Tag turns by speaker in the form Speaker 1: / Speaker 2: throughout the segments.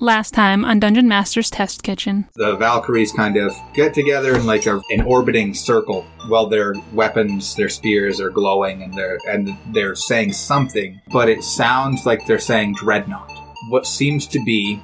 Speaker 1: last time on Dungeon Master's Test Kitchen.
Speaker 2: the Valkyries kind of get together in like a, an orbiting circle while their weapons, their spears are glowing and they're and they're saying something, but it sounds like they're saying dreadnought. What seems to be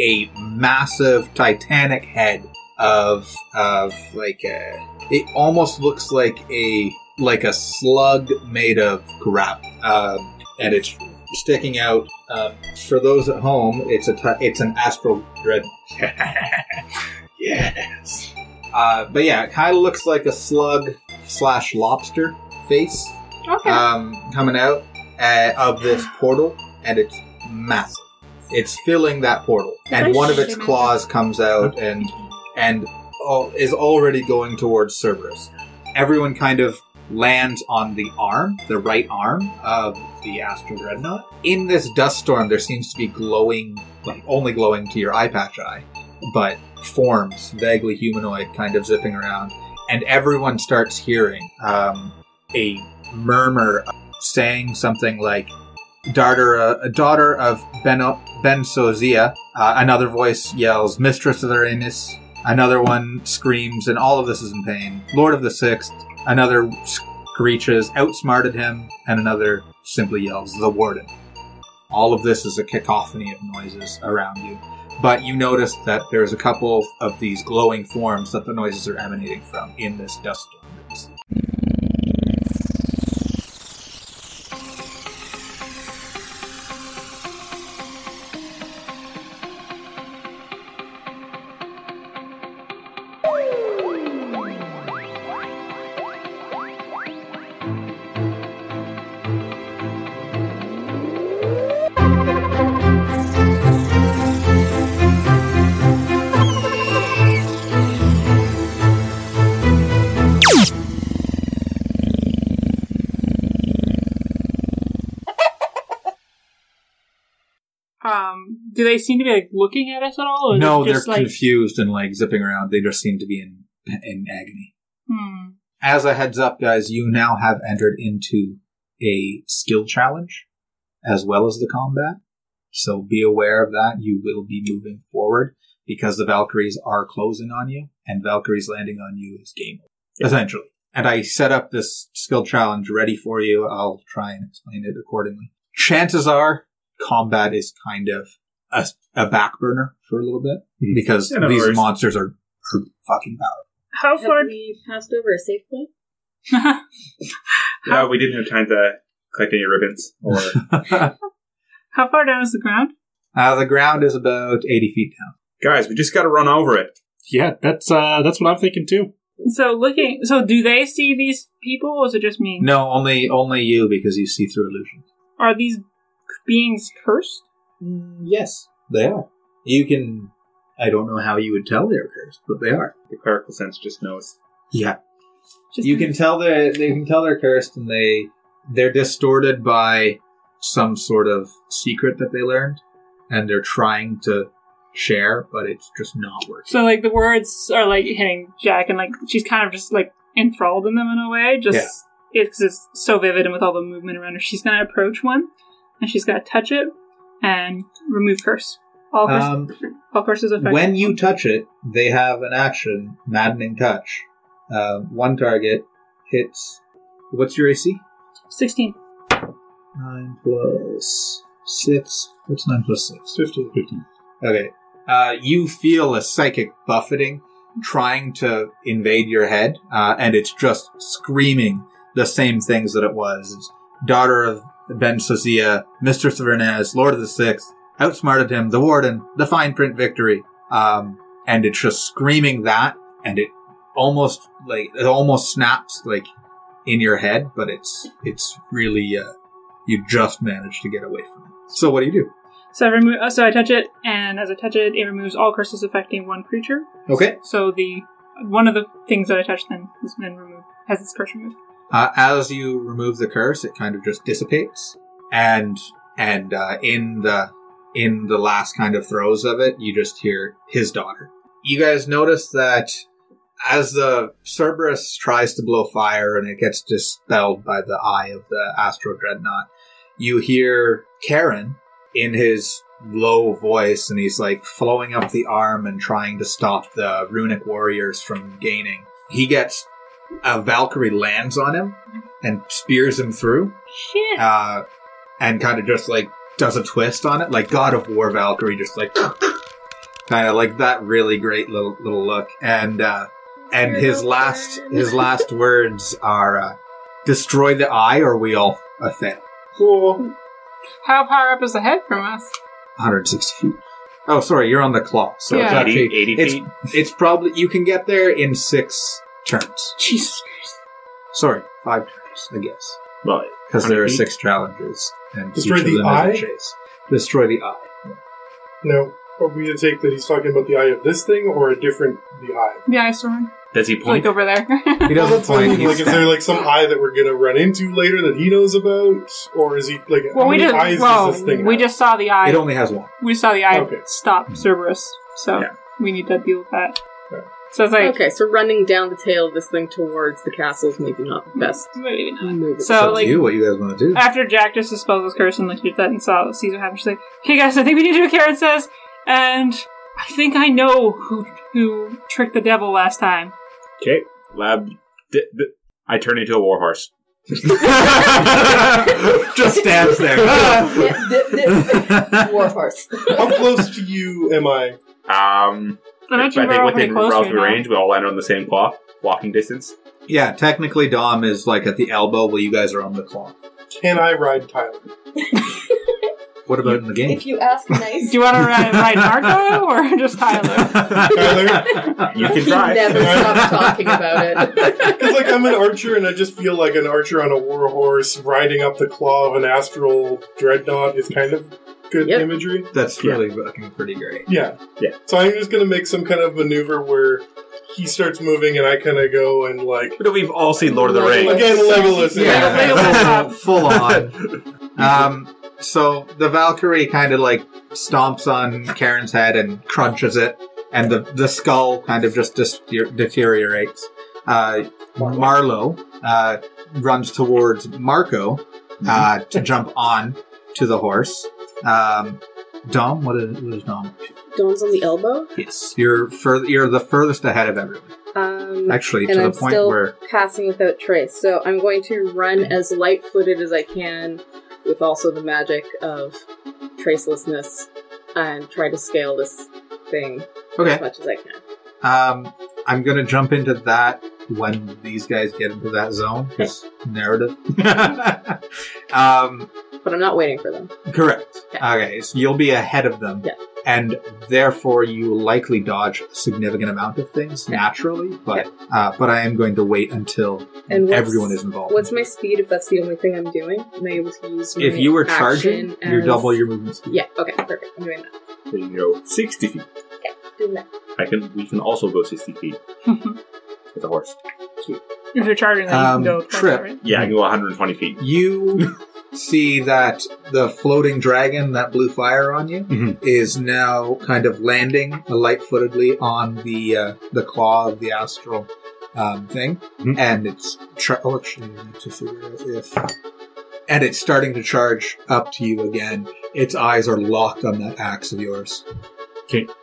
Speaker 2: a massive titanic head of of like a it almost looks like a like a slug made of gravel. Um, and it's sticking out. Um, for those at home, it's a ti- it's an astral dread yes. Uh, but yeah, it kind of looks like a slug slash lobster face
Speaker 3: Okay.
Speaker 2: um, coming out uh, of this portal, and it's massive. It's filling that portal, and
Speaker 3: Nice.
Speaker 2: one of its claws comes out and and al- is already going towards Cerberus. Everyone kind of lands on the arm, the right arm of the Astral Dreadnought. In this dust storm, there seems to be glowing, like only glowing to your eye patch eye, but forms, vaguely humanoid, kind of zipping around, and everyone starts hearing um, a murmur saying something like daughter uh, daughter of ben bensozia uh, another voice yells mistress of Uranus. another one screams and all of this is in pain lord of the sixth another screeches outsmarted him and another simply yells the warden all of this is a cacophony of noises around you but you notice that there's a couple of these glowing forms that the noises are emanating from in this dust storm that you see.
Speaker 4: Um, do they seem to be like looking at us at all? Or is
Speaker 2: No,
Speaker 4: it
Speaker 2: they're
Speaker 4: Oh, just, like,
Speaker 2: confused and like zipping around. They just seem to be in in agony.
Speaker 4: Hmm.
Speaker 2: As a heads up, guys, you now have entered into a skill challenge as well as the combat. So be aware of that. You will be moving forward because the Valkyries are closing on you, and Valkyries landing on you is game over, essentially. And I set up this skill challenge ready for you. I'll try and explain it accordingly. Chances are, combat is kind of a, a back burner for a little bit
Speaker 5: Mhm.
Speaker 2: because
Speaker 5: Yeah, no
Speaker 2: these
Speaker 5: worries.
Speaker 2: monsters are, are fucking powerful.
Speaker 4: How
Speaker 3: Have
Speaker 4: far?
Speaker 3: we passed over a safe point?
Speaker 5: No, we didn't have time to collect any ribbons or
Speaker 4: How far down is the ground?
Speaker 2: Uh, the ground is about 80 feet down.
Speaker 5: guys. We just got to run over it.
Speaker 6: Yeah, that's uh, that's what I'm thinking too.
Speaker 4: So looking. So do they see these people, or is it just me?
Speaker 2: No, only only you because you see through illusion.
Speaker 4: Are these beings cursed?
Speaker 2: Mm, yes, they are. You can. I don't know how you would tell they're cursed, but they are.
Speaker 5: The clerical sense just knows.
Speaker 2: Yeah,
Speaker 4: Just
Speaker 2: you can tell they they can tell they're cursed, and they they're distorted by some sort of secret that they learned, and they're trying to share, but it's just not working.
Speaker 4: So like the words are like hitting Jack, and like she's kind of just like enthralled in them in a way. Just because it's so vivid and with all the movement around her, she's gonna approach one, and she's gonna touch it and remove curse. All curse,
Speaker 2: Um,
Speaker 4: all curses affect.
Speaker 2: When you touch it, they have an action, maddening touch. Uh, one target hits. What's your AC?
Speaker 4: sixteen.
Speaker 2: Nine plus six. What's nine plus six? Fifteen. Fifteen. Okay. Uh, you feel a psychic buffeting trying to invade your head, uh, and it's just screaming the same things that it was. It's daughter of Ben Sosia, mistress of Hernandez, lord of the sixth, outsmarted him, the warden, the fine print victory. Um, and it's just screaming that, and it almost like it almost snaps like in your head, but it's it's really uh, you just managed to get away from it. So what do you do?
Speaker 4: So I remove. uh, So I touch it, and as I touch it, it removes all curses affecting one creature.
Speaker 2: Okay.
Speaker 4: So the one of the things that I touch then is then removed has its curse removed.
Speaker 2: Uh, as you remove the curse, it kind of just dissipates, and and uh, in the in the last kind of throes of it, you just hear his daughter. You guys notice that as the Cerberus tries to blow fire and it gets dispelled by the eye of the Astro Dreadnought, you hear Karen in his low voice, and he's like flowing up the arm and trying to stop the runic warriors from gaining. He gets a uh, Valkyrie lands on him and spears him through,
Speaker 4: Shit.
Speaker 2: uh, and kind of just like does a twist on it, like God of War Valkyrie, just like kind of like that really great little little look. And uh, and
Speaker 4: You're
Speaker 2: his
Speaker 4: the
Speaker 2: last
Speaker 4: worst.
Speaker 2: his last words are, uh, "Destroy the eye, or we all a thing."
Speaker 4: Cool. How far up is the head from us?
Speaker 2: 160 feet. Oh, sorry, you're on the claw. So it's
Speaker 4: Yeah.
Speaker 2: actually
Speaker 5: 80, 80
Speaker 2: it's-
Speaker 5: feet.
Speaker 2: it's probably you can get there in six turns.
Speaker 4: Jesus.
Speaker 2: Sorry, five turns, I guess,
Speaker 5: Well,
Speaker 2: because there are
Speaker 5: 100 feet?
Speaker 2: six challenges and
Speaker 3: Destroy
Speaker 2: each of
Speaker 3: the
Speaker 2: them has a
Speaker 3: eye?
Speaker 2: Chase. Destroy the eye.
Speaker 3: Now, are we going to take that he's talking about the eye of this thing or a different the eye?
Speaker 4: The eye storm.
Speaker 5: does he
Speaker 4: It's like
Speaker 5: point?
Speaker 4: over there.
Speaker 2: He
Speaker 3: Well,
Speaker 2: doesn't
Speaker 3: that's what I
Speaker 2: point.
Speaker 3: mean,
Speaker 2: he's
Speaker 3: Like, is there like some eye that we're gonna run into later that he knows about, or is he like?
Speaker 4: well,
Speaker 3: how
Speaker 4: we
Speaker 3: many
Speaker 4: just
Speaker 3: eyes
Speaker 4: well,
Speaker 3: does this thing
Speaker 4: we
Speaker 3: have?
Speaker 4: just saw the eye.
Speaker 2: it only has one.
Speaker 4: we saw the eye
Speaker 3: Okay. Mm-hmm.
Speaker 4: stop Cerberus, so
Speaker 5: Yeah.
Speaker 4: we need to deal with that.
Speaker 3: Right.
Speaker 4: So it's like
Speaker 7: Okay, so running down the tail of this thing towards the castle is maybe not the best
Speaker 4: maybe not.
Speaker 7: move. at
Speaker 2: It's
Speaker 4: So,
Speaker 7: this
Speaker 2: up
Speaker 7: point.
Speaker 2: to
Speaker 4: like-
Speaker 2: you what you guys want to do.
Speaker 4: after Jack just dispels his curse and like did that and saw Caesar happen, she's like, "Okay, guys, I think we need to do what Karen says." And I think I know who who tricked the devil last time.
Speaker 5: Okay, lab. D- d- I turn into a warhorse.
Speaker 2: Just stands there.
Speaker 7: Warhorse.
Speaker 3: How close to you am I?
Speaker 5: Um,
Speaker 4: And I
Speaker 5: I
Speaker 4: think
Speaker 5: think
Speaker 4: we're all pretty
Speaker 5: within
Speaker 4: close right
Speaker 5: relative
Speaker 4: now.
Speaker 5: range, we all land on the same claw, walking distance.
Speaker 2: yeah, technically Dom is like at the elbow while you guys are on the claw.
Speaker 3: Can I ride Tyler?
Speaker 2: What about in the game?
Speaker 7: if you ask nice,
Speaker 4: Do you want to ride, ride Marco or just Tyler?
Speaker 3: Tyler?
Speaker 5: You can
Speaker 7: he
Speaker 5: try.
Speaker 7: never stops talking about it.
Speaker 3: Because like I'm an archer, and I just feel like an archer on a war horse riding up the claw of an astral dreadnought is kind of good
Speaker 7: Yep.
Speaker 3: imagery.
Speaker 2: That's
Speaker 5: Yeah.
Speaker 2: really fucking pretty great.
Speaker 3: Yeah.
Speaker 5: Yeah.
Speaker 3: So I'm just gonna make some kind of maneuver where he starts moving, and I kind of go and like
Speaker 5: But we've all seen Lord of the Rings.
Speaker 3: again, Legolas. and-
Speaker 7: Yeah.
Speaker 2: Yeah,
Speaker 4: uh,
Speaker 2: full, full on. Um, so the Valkyrie kind of like stomps on Karen's head and crunches it, and the the skull kind of just dis- deteriorates. Uh, Marlo uh, runs towards Marco uh, to jump on to the horse. Um, Dom, what is, what is Dom?
Speaker 7: Dawn's on the elbow.
Speaker 2: Yes, you're fur- you're the furthest ahead of everyone.
Speaker 7: Um,
Speaker 2: Actually,
Speaker 7: And
Speaker 2: to
Speaker 7: I'm
Speaker 2: the point
Speaker 7: still-
Speaker 2: where
Speaker 7: passing without trace. So I'm going to run as light footed as I can with also the magic of tracelessness and try to scale this thing
Speaker 2: okay,
Speaker 7: as much as I can.
Speaker 2: Um, I'm gonna jump into that when these guys get into that zone. 'cause narrative. um,
Speaker 7: But I'm not waiting for them.
Speaker 2: correct.
Speaker 7: Yeah.
Speaker 2: Okay, so you'll be ahead of them,
Speaker 7: Yeah.
Speaker 2: and therefore you will likely dodge a significant amount of things naturally. But uh, but I am going to wait until
Speaker 7: And what's-
Speaker 2: everyone is involved.
Speaker 7: What's my speed if that's the only thing I'm doing? Am I able to use my
Speaker 2: if you were
Speaker 7: action
Speaker 2: charging, you're
Speaker 7: as-
Speaker 2: double your movement speed.
Speaker 7: Yeah, okay, perfect. I'm doing that.
Speaker 5: There you go. Sixty feet.
Speaker 7: Doing that.
Speaker 5: I can. We can also go sixty feet with a horse.
Speaker 4: if you're charging, then
Speaker 2: Um,
Speaker 4: you can go. towards
Speaker 2: trip.
Speaker 4: that, right?
Speaker 5: Yeah, I can go one hundred and twenty feet.
Speaker 2: You see that the floating dragon that blew fire on you
Speaker 5: Mhm.
Speaker 6: Mm-hmm.
Speaker 2: is now kind of landing light-footedly on the uh, the claw of the astral um, thing,
Speaker 6: Mm-hmm.
Speaker 5: Mhm.
Speaker 2: and it's char- oh, actually, I need to figure out if and it's starting to charge up to you again. Its eyes are locked on that axe of yours.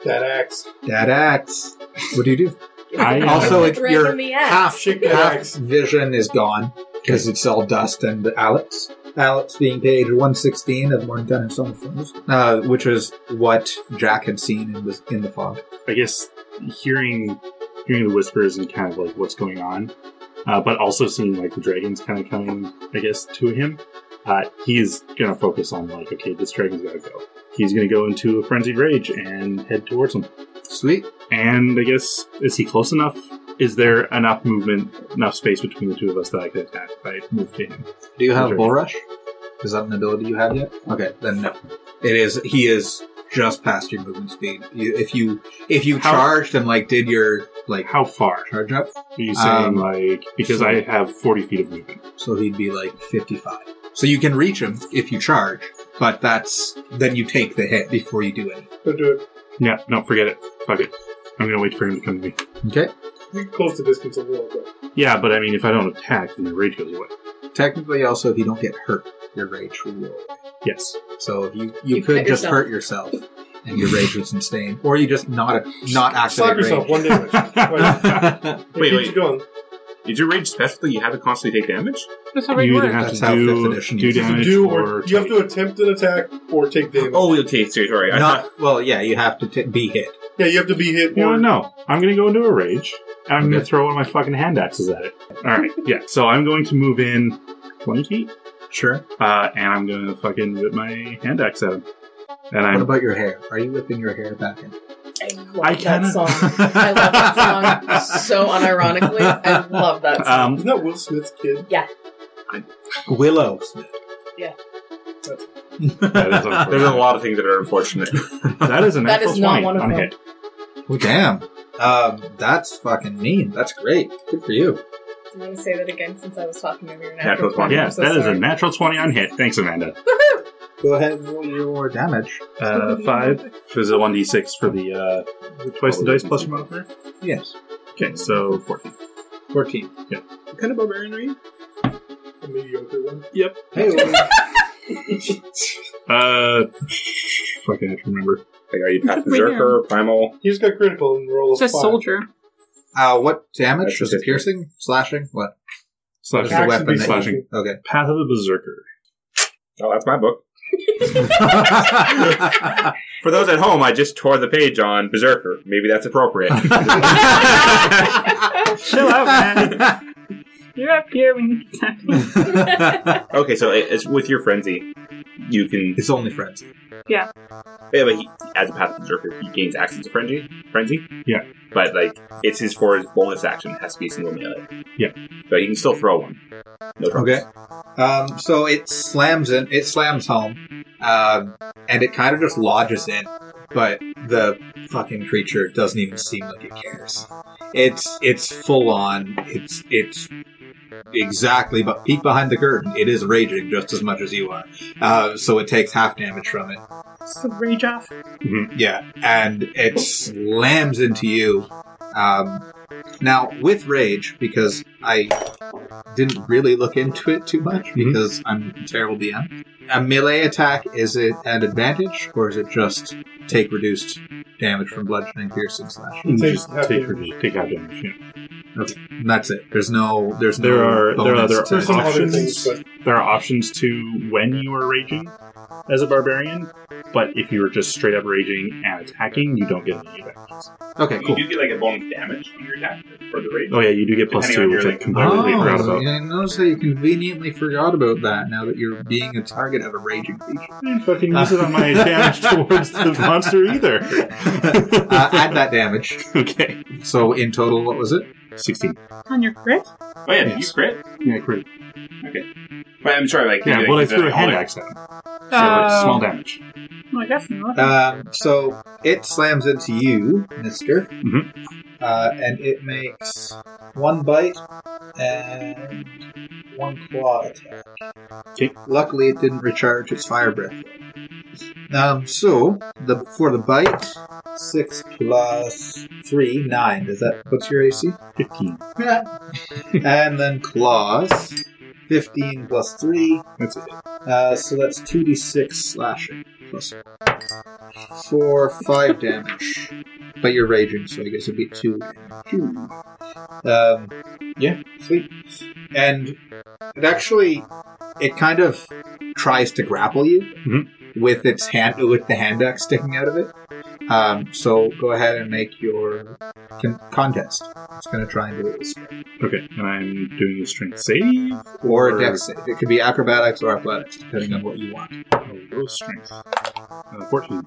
Speaker 3: That axe.
Speaker 2: That axe. What do you do?
Speaker 6: I, uh,
Speaker 2: Also, it,
Speaker 7: Right
Speaker 2: your
Speaker 7: in the ass.
Speaker 2: half,
Speaker 3: Shake that
Speaker 2: half
Speaker 3: axe.
Speaker 2: vision is gone because it's all dust and Alex. Alex being page 116 of Morning Gun and Song of Thrones, uh, which is what Jack had seen in, was in the fog.
Speaker 6: I guess hearing hearing the whispers and kind of like what's going on, uh, but also seeing like the dragons kind of coming, I guess, to him. Uh, he's gonna focus on like, okay, this dragon's gotta go. He's gonna go into a frenzied rage and head towards him.
Speaker 2: Sweet.
Speaker 6: And I guess is he close enough? Is there enough movement, enough space between the two of us that I could attack if I move to him?
Speaker 2: Do you have
Speaker 6: Sure.
Speaker 2: Bull Rush? Is that an ability you have yet? Okay, then no. It is. He is just past your movement speed. You, if you if you
Speaker 6: How-
Speaker 2: charged and like did your like
Speaker 6: How far? Are
Speaker 2: charge up,
Speaker 6: you saying
Speaker 2: Um,
Speaker 6: like because I have forty feet of movement?
Speaker 2: so he'd be like 55. So you can reach him if you charge, but that's then you take the hit before you do anything.
Speaker 3: Don't do it.
Speaker 6: Yeah, no, forget it. Fuck it. I'm gonna wait for him to come to me.
Speaker 2: Okay.
Speaker 3: We can close the distance a little bit.
Speaker 6: Yeah, but I mean, if I don't attack, then the rage goes away.
Speaker 2: Technically, also, if you don't get hurt, your rage will roll.
Speaker 6: Yes.
Speaker 2: So if you, you,
Speaker 7: You
Speaker 2: could
Speaker 7: cut
Speaker 2: just
Speaker 7: yourself.
Speaker 2: hurt yourself and your rage would sustain, or you just not not
Speaker 3: Slap
Speaker 2: activate
Speaker 3: yourself
Speaker 2: rage.
Speaker 3: one damage. Like,
Speaker 5: Wait,
Speaker 3: keeps
Speaker 5: wait.
Speaker 3: you going.
Speaker 5: Did your rage specialty? You had to constantly take damage.
Speaker 4: That's how rage
Speaker 6: you either
Speaker 4: works.
Speaker 6: have
Speaker 2: That's
Speaker 6: to
Speaker 2: how
Speaker 6: do,
Speaker 2: fifth edition
Speaker 6: do
Speaker 2: uses it.
Speaker 3: You
Speaker 6: damage
Speaker 3: do
Speaker 6: or
Speaker 3: or you have to attempt an attack or take damage.
Speaker 5: Oh, okay. Sorry, sorry. I thought,
Speaker 2: Not well, yeah. You have to t- be hit.
Speaker 3: Yeah, you have to be hit.
Speaker 6: You know
Speaker 3: or-
Speaker 6: what? No. I'm going to go into a rage. and I'm going
Speaker 2: Okay.
Speaker 6: to throw one of my fucking hand axes at it. All right. Yeah. So I'm going to move in 20 feet,
Speaker 2: Sure.
Speaker 6: uh, and I'm going to fucking whip my hand axe at him. And
Speaker 2: What
Speaker 6: I'm.
Speaker 2: about your hair? Are you whipping your hair back in?
Speaker 7: I love
Speaker 6: I
Speaker 7: that
Speaker 6: kinda-
Speaker 7: song. I love that song so unironically. I love that
Speaker 2: Uh,
Speaker 7: song.
Speaker 6: Um,
Speaker 3: Isn't that Will Smith's kid?
Speaker 2: Willow Smith.
Speaker 7: Yeah.
Speaker 6: unfortunate.
Speaker 5: there's a lot of things that are unfortunate.
Speaker 6: that is an
Speaker 7: That
Speaker 6: natural
Speaker 7: is not
Speaker 6: 20
Speaker 7: one of
Speaker 6: on
Speaker 7: them.
Speaker 6: hit.
Speaker 2: Well, damn. Um, that's fucking mean. That's great. Good for you.
Speaker 7: I'm going to say that again since I was talking over your
Speaker 5: Natural 20.
Speaker 6: Yes, that is a natural 20 on hit. Thanks, Amanda.
Speaker 2: Go ahead and roll your damage.
Speaker 6: Uh, five. There's a 1d6 for the uh, twice the dice plus your modifier.
Speaker 2: Yes.
Speaker 6: Okay, so 14.
Speaker 2: 14.
Speaker 5: what kind of barbarian are you?
Speaker 3: A mediocre one.
Speaker 2: Hey,
Speaker 6: Uh, fuck, I have to remember.
Speaker 5: Like, are you
Speaker 4: Barbarian.
Speaker 5: path berserker, primal?
Speaker 3: He just got critical and
Speaker 4: It's
Speaker 3: rolled a
Speaker 4: a
Speaker 3: five.
Speaker 4: soldier.
Speaker 2: uh, what damage?
Speaker 5: That's
Speaker 2: Is it
Speaker 5: just-
Speaker 2: piercing? Slashing? What?
Speaker 6: Slash
Speaker 2: Just
Speaker 3: Axe
Speaker 2: a
Speaker 3: would
Speaker 2: weapon
Speaker 3: be
Speaker 2: that you-
Speaker 6: slashing.
Speaker 2: Okay.
Speaker 6: Path of the Berserker.
Speaker 5: Oh, that's my book. For those at home, I just tore the page on berserker. Maybe that's appropriate.
Speaker 6: Chill out,
Speaker 2: man.
Speaker 4: You're up here when you get tackled.
Speaker 5: okay, so it, it's with your frenzy. You can
Speaker 2: it's only friends.
Speaker 5: Yeah, but he, as a path berserker, he gains access to frenzy. Frenzy.
Speaker 6: Yeah.
Speaker 5: But like, it's his for his bonus action. It has to be a single melee.
Speaker 6: Yeah.
Speaker 5: But he can still throw one. No trouble.
Speaker 2: Okay. Um, so it slams in, it slams home, um, and it kind of just lodges in, but the fucking creature doesn't even seem like it cares. It's it's full on. It's it's exactly. But peek behind the curtain. It is raging just as much as you are. Uh, so it takes half damage from it.
Speaker 4: It's a rage off.
Speaker 2: Yeah, and it slams into you. Um, now, with rage, because I didn't really look into it too much
Speaker 6: Mm-hmm.
Speaker 2: because I'm a terrible DM. A melee attack is it an advantage or is it just take reduced damage from bludgeoning, piercing, slash?
Speaker 6: You
Speaker 3: Take
Speaker 6: just
Speaker 3: half
Speaker 6: take,
Speaker 3: damage.
Speaker 6: take half damage. Yeah.
Speaker 2: And that's it. There's no. There's
Speaker 6: There
Speaker 2: no
Speaker 6: are- there are
Speaker 2: bonus
Speaker 6: other-
Speaker 2: to
Speaker 3: There's some other
Speaker 6: Options.
Speaker 3: things, but
Speaker 6: There are options to when you are raging as a barbarian, but if you are just straight up raging and attacking, you don't get any advantages.
Speaker 2: Okay, cool.
Speaker 5: do get like a bonus damage on your attack for the rage.
Speaker 6: Oh yeah, you do get plus two,
Speaker 5: Depending on
Speaker 6: which I
Speaker 5: your link.
Speaker 6: completely forgot about.
Speaker 2: Oh, I notice how you conveniently forgot about that now that you're being a target of a raging creature.
Speaker 6: I didn't fucking use it on my damage towards the monster either.
Speaker 2: Uh, add that damage.
Speaker 6: okay,
Speaker 2: So in total, what was it?
Speaker 6: sixteen.
Speaker 4: On your crit?
Speaker 5: Oh yeah,
Speaker 2: Yes.
Speaker 5: crit?
Speaker 6: Yeah, great.
Speaker 5: But I'm sorry, like
Speaker 6: Yeah,
Speaker 5: like,
Speaker 6: well, I
Speaker 5: is
Speaker 6: threw
Speaker 5: that
Speaker 6: a hand
Speaker 5: all-
Speaker 6: axe at him, so
Speaker 4: Uh,
Speaker 6: it's small damage.
Speaker 4: well, I guess not.
Speaker 2: Um, so it slams into you, Mister,
Speaker 6: Mhm.
Speaker 2: uh, and it makes one bite and one claw attack.
Speaker 6: Okay.
Speaker 2: Luckily, it didn't recharge its fire breath. Um, so the for the bite, six plus three, nine. Does that what's your AC?
Speaker 6: Fifteen.
Speaker 2: and then claws, fifteen plus three.
Speaker 6: That's it.
Speaker 2: Uh, so that's 2d6 slashing plus 4, 5 damage. But you're raging, so I guess it'd be 2 damage. Um, yeah, sweet. And it actually, it kind of tries to grapple you
Speaker 6: Mhm.
Speaker 2: with its hand, with the hand axe sticking out of it. Um, so go ahead and make your con- contest. It's going to try and do it with strength.
Speaker 6: Okay, and I'm doing a strength save
Speaker 2: Or a dex save. It could be acrobatics or athletics, depending on what you want.
Speaker 6: Oh, those strength. Uh, Fourteen.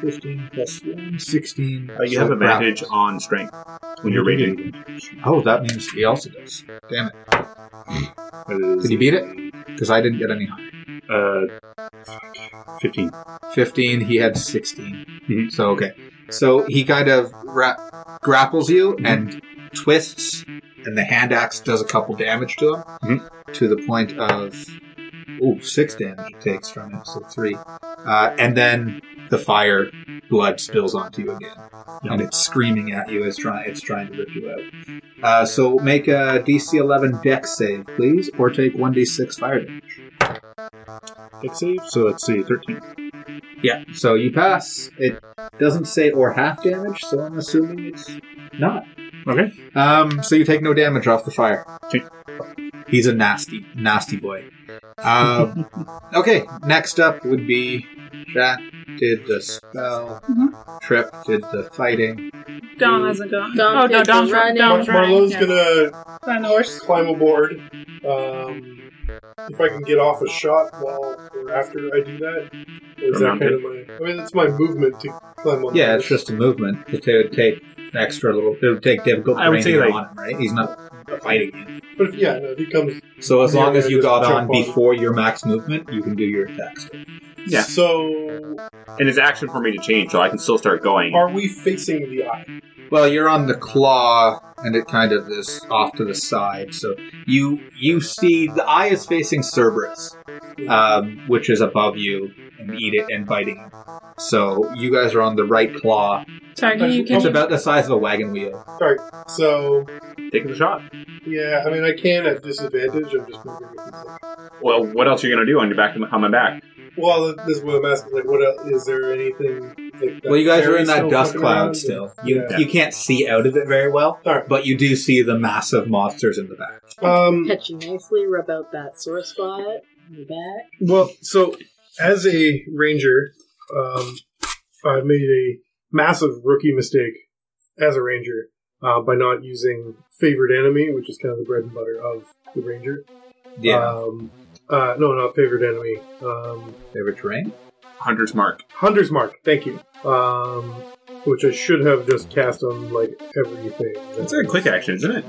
Speaker 2: 15 plus 1, 16.
Speaker 5: Uh, you have advantage on strength when you're raging.
Speaker 2: Oh, that means he also does. Damn it.
Speaker 6: That is,
Speaker 2: Did you beat it? Because I didn't get any higher.
Speaker 6: Uh, fifteen.
Speaker 2: 15, he had 16.
Speaker 6: Mhm.
Speaker 2: So, okay. So he kind of ra- grapples you and twists, and the hand axe does a couple damage to him to the point of, ooh, six damage it takes from it, so three. Uh, and then the fire blood spills onto you again. And it's screaming at you as try- it's trying to rip you out. Uh, so make a DC 11 deck save, please, or take 1d6 fire damage.
Speaker 6: athletics save. So let's see, 13.
Speaker 2: Yeah, so you pass. It doesn't say or half damage, so I'm assuming it's not.
Speaker 6: Okay.
Speaker 2: Um, so you take no damage off the fire.
Speaker 6: Okay.
Speaker 2: He's a nasty, nasty boy. Um, okay, next up would be Jack did the spell, Trip did the fighting.
Speaker 4: Dom hasn't gone.
Speaker 7: Dom
Speaker 4: oh,
Speaker 7: did
Speaker 4: no,
Speaker 7: the
Speaker 4: Dom's
Speaker 7: running.
Speaker 4: Dom's
Speaker 7: Mar-
Speaker 4: running.
Speaker 3: Marlowe's
Speaker 4: Yeah.
Speaker 3: gonna
Speaker 4: Run the horse.
Speaker 3: climb aboard. Um, if I can get off a shot while or after I do that, or is that
Speaker 5: Remember.
Speaker 3: kind of my? I mean, that's my movement to climb on.
Speaker 2: Yeah,
Speaker 3: the
Speaker 2: it's just a movement. It would take an extra little. It would take difficult
Speaker 5: I
Speaker 2: terrain to
Speaker 5: would say,
Speaker 2: get
Speaker 5: like-
Speaker 2: on him, right? He's not a fighting. man.
Speaker 3: But if, yeah, no, if he comes.
Speaker 2: So as
Speaker 3: Yeah,
Speaker 2: long as
Speaker 3: I
Speaker 2: you
Speaker 3: just
Speaker 2: got
Speaker 3: jump
Speaker 2: on
Speaker 3: on.
Speaker 2: before your max movement, you can do your attacks.
Speaker 5: Yeah.
Speaker 3: So,
Speaker 5: And it's action for me to change, so I can still start going.
Speaker 3: are we facing the eye?
Speaker 2: Well, you're on the claw, and it kind of is off to the side. So you you see the eye is facing Cerberus, um, which is above you and eat it and biting. you. So you guys are on the right claw.
Speaker 4: Sorry, can you, can
Speaker 2: It's
Speaker 4: you,
Speaker 2: about the size of a wagon wheel.
Speaker 3: So,
Speaker 5: Take the shot.
Speaker 3: yeah, I mean, I can at disadvantage. I'm just moving with these.
Speaker 5: Well, what else are you gonna do on your back on my back?
Speaker 3: Well, this is what I'm asking. Like, what else, is there anything? Like, that
Speaker 2: Well, you guys are in
Speaker 3: fairy's
Speaker 2: that
Speaker 3: still
Speaker 2: dust
Speaker 3: fucking
Speaker 2: cloud
Speaker 3: around?
Speaker 2: still. You
Speaker 3: Yeah.
Speaker 2: you can't see out of it very well,
Speaker 3: All right.
Speaker 2: but you do see the massive monsters in the back.
Speaker 3: Um,
Speaker 7: Catch you nicely, rub out that sore spot in the back.
Speaker 3: well, so as a ranger, um, I made a massive rookie mistake as a ranger uh, by not using favorite enemy, which is kind of the bread and butter of the ranger. Um, uh, no, not favorite enemy. Um,
Speaker 2: they were terrain.
Speaker 5: Hunter's mark.
Speaker 3: Hunter's Mark. Thank you. Um, which I should have just cast on like everything.
Speaker 5: That's a quick action, isn't it?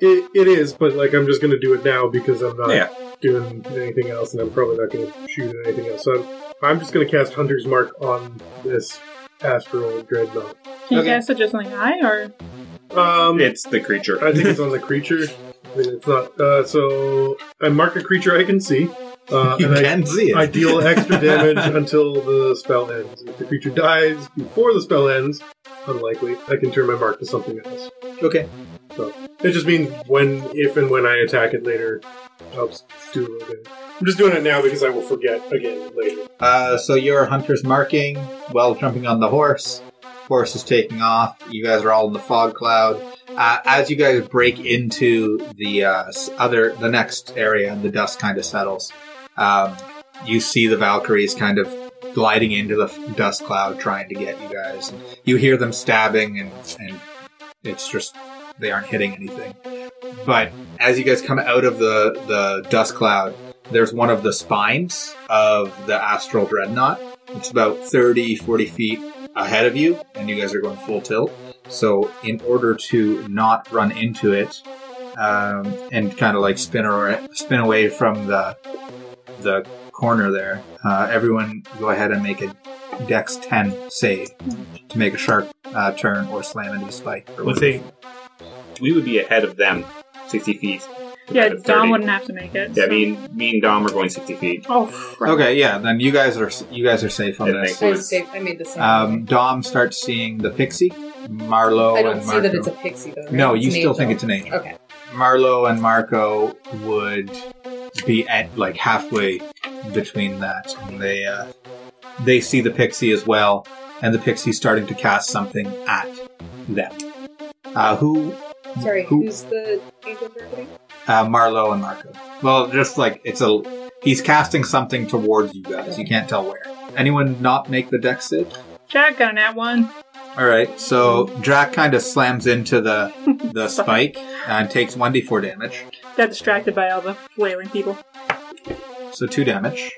Speaker 3: It, it is, but like I'm just gonna do it now because I'm not
Speaker 5: Yeah.
Speaker 3: doing anything else, and I'm probably not gonna shoot at anything else. So I'm, I'm just gonna cast Hunter's Mark on this astral dreadnought.
Speaker 4: can you
Speaker 2: Okay.
Speaker 4: guys suggest something high or
Speaker 3: Um,
Speaker 5: It's the creature.
Speaker 6: Uh,
Speaker 3: I think it's on the creature. I mean, it's not. Uh, so I mark a creature I can see, uh,
Speaker 2: You
Speaker 3: and I,
Speaker 2: can see it.
Speaker 3: I deal extra damage until the spell ends. If the creature dies before the spell ends, unlikely, I can turn my mark to something else.
Speaker 2: Okay.
Speaker 3: It just means when, if, and when I attack it later, I'll just do a little bit. I'm just doing it now because I will forget again later.
Speaker 2: Uh, so your hunter's marking while jumping on the horse. Horse is taking off. You guys are all in the fog cloud. Uh, as you guys break into the uh, s- other, the next area, and the dust kind of settles, um, you see the Valkyries kind of gliding into the f- dust cloud, trying to get you guys. And you hear them stabbing, and, and it's just they aren't hitting anything. But as you guys come out of the the dust cloud, there's one of the spines of the astral dreadnought. It's about 30, 40 feet ahead of you, and you guys are going full tilt. So, in order to not run into it um, and kind of like spin, ar- spin away from the the corner there, uh, everyone go ahead and make a dex 10 save to make a sharp uh, turn or slam into the spike. or
Speaker 5: Let's
Speaker 2: whatever.
Speaker 5: say we would be ahead of them, sixty feet.
Speaker 4: yeah?
Speaker 5: Ahead of
Speaker 4: Dom
Speaker 5: 30.
Speaker 4: wouldn't have to make it.
Speaker 5: Yeah,
Speaker 4: so-
Speaker 5: me and me and Dom are going sixty feet.
Speaker 4: Oh, crap.
Speaker 2: Okay, yeah, then you guys are you guys are safe on
Speaker 5: Yeah,
Speaker 2: this.
Speaker 5: thank you. I was-
Speaker 8: I made the same.
Speaker 2: Um, Dom starts seeing the pixie, Marlowe.
Speaker 8: I don't
Speaker 2: and
Speaker 8: see
Speaker 2: Marco.
Speaker 8: that it's a pixie though. right?
Speaker 2: No,
Speaker 8: It's
Speaker 2: you
Speaker 8: an
Speaker 2: still think
Speaker 8: angel.
Speaker 2: it's an angel.
Speaker 8: Okay.
Speaker 2: Marlowe and Marco would be at like halfway between that, and they uh, they see the pixie as well, and the pixie's starting to cast something at them. Uh, who?
Speaker 8: Sorry,
Speaker 2: Who-
Speaker 8: who's the angel for everybody?
Speaker 2: Uh, Marlowe and Marco. Well, just like it's a, he's casting something towards you guys. You can't tell where. Anyone not make the deck save?
Speaker 4: Jack got an at one.
Speaker 2: All right, so Jack kind of slams into the the spike and takes one d four damage,
Speaker 4: Got distracted by all the flailing people.
Speaker 2: so two damage.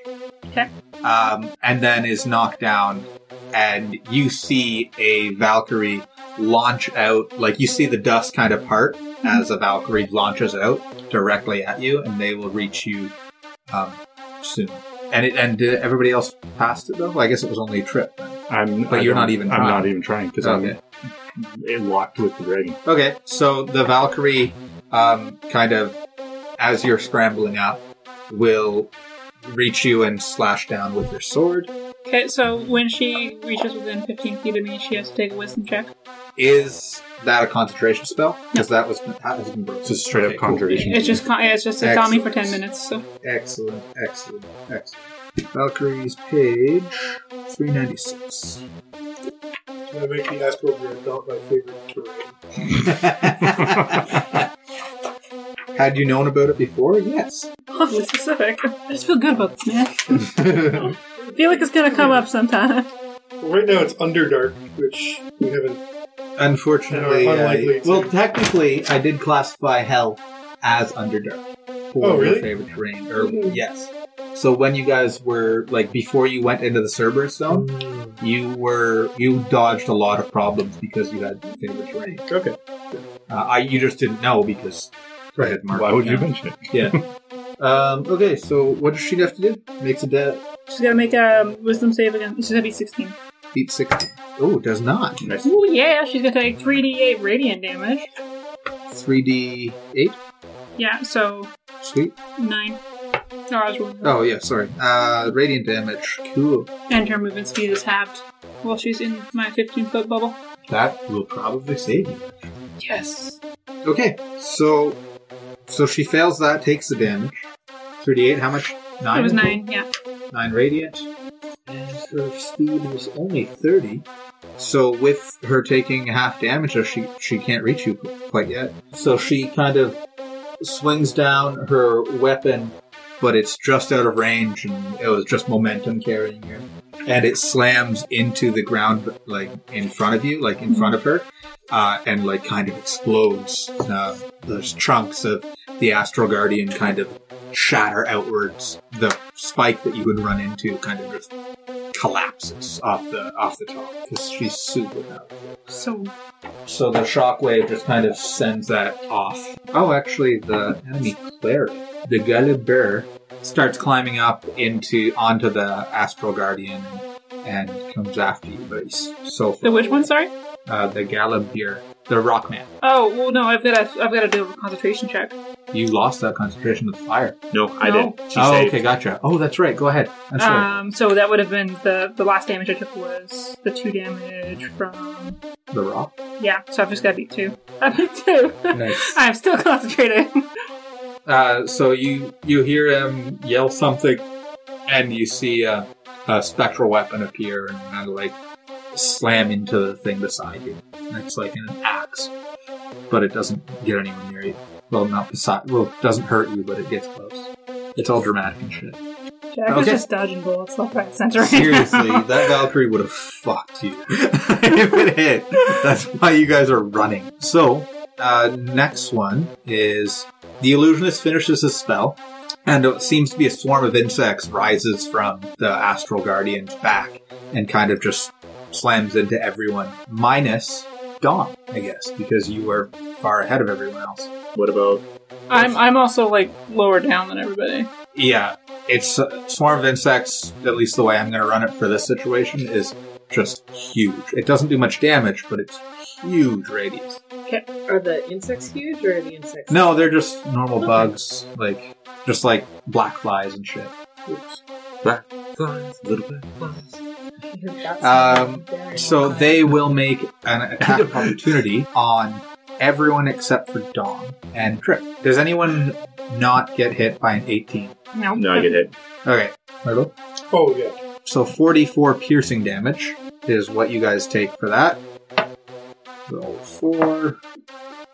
Speaker 4: Okay.
Speaker 2: Um, and then is knocked down, and you see a Valkyrie launch out. Like you see the dust kind of part as a Valkyrie launches out directly at you, and they will reach you um, soon. And it, and did everybody else passed it though? Well, I guess it was only a trip. Then.
Speaker 6: I'm,
Speaker 2: But
Speaker 6: I
Speaker 2: you're
Speaker 6: don't-
Speaker 2: not even
Speaker 6: I'm
Speaker 2: trying.
Speaker 6: not even trying because
Speaker 2: Okay.
Speaker 6: I'm it locked with the dragon.
Speaker 2: Okay, so the Valkyrie, um, kind of, as you're scrambling up, will reach you and slash down with your sword.
Speaker 4: Okay, so when she reaches within 15 feet of me, she has to take a wisdom check.
Speaker 2: Is that a concentration spell? Because that was that has been broken.
Speaker 6: It's a straight
Speaker 2: Okay,
Speaker 6: up
Speaker 2: cool.
Speaker 6: conjuration.
Speaker 4: It's just con- yeah, it's just it's on me for 10
Speaker 2: Excellent.
Speaker 4: minutes. So
Speaker 2: Excellent, excellent, excellent. Valkyrie's page 396.
Speaker 3: I'm gonna make the astral grid not my favorite terrain.
Speaker 2: Had you known about it before? Yes.
Speaker 4: Awfully specific. I just feel good about this, man. I feel like it's gonna come up sometime.
Speaker 3: Well, right now it's Underdark, which we haven't.
Speaker 2: Unfortunately,
Speaker 3: Or unlikely
Speaker 2: I,
Speaker 3: to.
Speaker 2: well, technically, I did classify hell as Underdark for
Speaker 3: Oh, really?
Speaker 2: your favorite terrain. Or yes. So when you guys were like before you went into the Cerberus zone, you were you dodged a lot of problems because you had favorite terrain.
Speaker 3: Okay.
Speaker 2: Uh, I you just didn't know because I had marked
Speaker 6: Why
Speaker 2: it
Speaker 6: would you
Speaker 2: down.
Speaker 6: mention it?
Speaker 2: Um, okay, so what does she have to do? Makes a debt,
Speaker 4: She's gonna make a um, wisdom save again. She's gonna be 16.
Speaker 2: beat 60. Oh, does not.
Speaker 5: Nice.
Speaker 4: Oh yeah, she's gonna take 3d8 radiant damage.
Speaker 2: 3d8.
Speaker 4: Yeah, so
Speaker 2: Sweet.
Speaker 4: 9. No, I was wrong.
Speaker 2: Oh, yeah, sorry. Uh, radiant damage. Cool.
Speaker 4: And her movement speed is halved while she's in my 15 foot bubble.
Speaker 2: That will probably save you.
Speaker 4: Yes.
Speaker 2: Okay, so so she fails that, takes the damage. 3d8, how much? Nine?
Speaker 4: It was 9, yeah.
Speaker 2: Nine radiant. And her speed was only 30. So with her taking half damage, though, she she can't reach you quite yet. So she kind of swings down her weapon, but it's just out of range, and it was just momentum carrying her. And it slams into the ground, like in front of you, like in front of her, uh, and like kind of explodes. Uh, those chunks of the astral guardian kind of shatter outwards. The spike that you would run into kind of just collapses off the off the top because she's super powerful.
Speaker 4: So,
Speaker 2: So the shockwave just kind of sends that off. Oh, actually, the enemy cleric, the Galibur, starts climbing up into onto the astral guardian and comes after you. But he's so
Speaker 4: the
Speaker 2: far.
Speaker 4: which one, sorry?
Speaker 2: Uh, the Galibur, the Rockman.
Speaker 4: Oh, well, no, I've got to, I've got to do a concentration check.
Speaker 2: You lost that concentration with fire.
Speaker 5: No, I
Speaker 4: No.
Speaker 5: did. She
Speaker 2: oh,
Speaker 5: saved.
Speaker 2: okay, gotcha. Oh, that's right. Go ahead. I'm sorry.
Speaker 4: Um, so that would have been the the last damage I took was the two damage from
Speaker 2: the rock.
Speaker 4: yeah. So I've just got to beat two. I beat two.
Speaker 2: Nice.
Speaker 4: I'm still concentrating.
Speaker 2: Uh, so you you hear him yell something, and you see a, a spectral weapon appear and kind of like slam into the thing beside you. And it's like an axe, but it doesn't get anywhere near you. Well, not beside. Well, it doesn't hurt you, but it gets close. It's all dramatic and shit.
Speaker 4: Jack was
Speaker 2: Okay.
Speaker 4: just dodging bullets left, right, and center. right
Speaker 2: Seriously,
Speaker 4: now.
Speaker 2: that Valkyrie would have fucked you if it hit. That's why you guys are running. So, uh, next one is the illusionist finishes his spell, and it seems to be a swarm of insects rises from the astral guardian's back and kind of just slams into everyone, minus Dawn, I guess, because you were far ahead of everyone else.
Speaker 5: What about
Speaker 4: I'm I'm also like lower down than everybody.
Speaker 2: Yeah, it's uh, swarm of insects. At least the way I'm going to run it for this situation is just huge. It doesn't do much damage, but it's huge radius.
Speaker 7: Are the insects huge or are the insects?
Speaker 2: No, they're just normal bugs, like just like black flies and shit.
Speaker 5: flies? Little black flies.
Speaker 7: That's
Speaker 2: Um,
Speaker 7: very
Speaker 2: So
Speaker 7: long.
Speaker 2: they will make an attack of opportunity on everyone except for Dawn and Trip. Does anyone not get hit by an 18?
Speaker 4: No,
Speaker 5: No, I get hit.
Speaker 2: Okay, Myrtle.
Speaker 3: Oh yeah.
Speaker 2: So 44 piercing damage is what you guys take for that. Roll 4,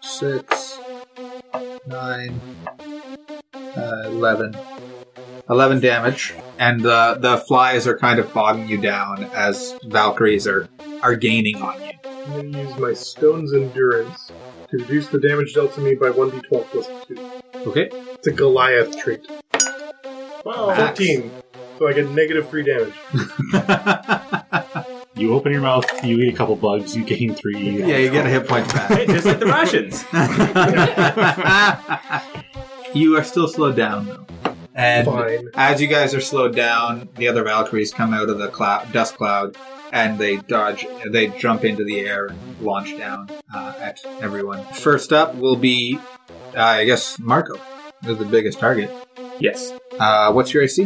Speaker 2: 6, 9, uh, 11. 11 damage. And uh, the flies are kind of bogging you down as Valkyries are, are gaining on you.
Speaker 3: I'm gonna use my Stone's Endurance to reduce the damage dealt to me by one d12 plus two.
Speaker 2: Okay.
Speaker 3: It's a Goliath trait.
Speaker 2: Wow.
Speaker 3: Fourteen. So I get negative three damage.
Speaker 6: You open your mouth, you eat a couple bugs, you gain three.
Speaker 2: yeah, you get a hit point back.
Speaker 5: Hey, just like the Russians.
Speaker 2: you are still slowed down, though. And
Speaker 3: Fine.
Speaker 2: As you guys are slowed down, the other Valkyries come out of the cloud, dust cloud and they dodge, they jump into the air and launch down uh, at everyone. First up will be, uh, I guess, Marco. You're the biggest target.
Speaker 5: Yes.
Speaker 2: Uh, what's your AC?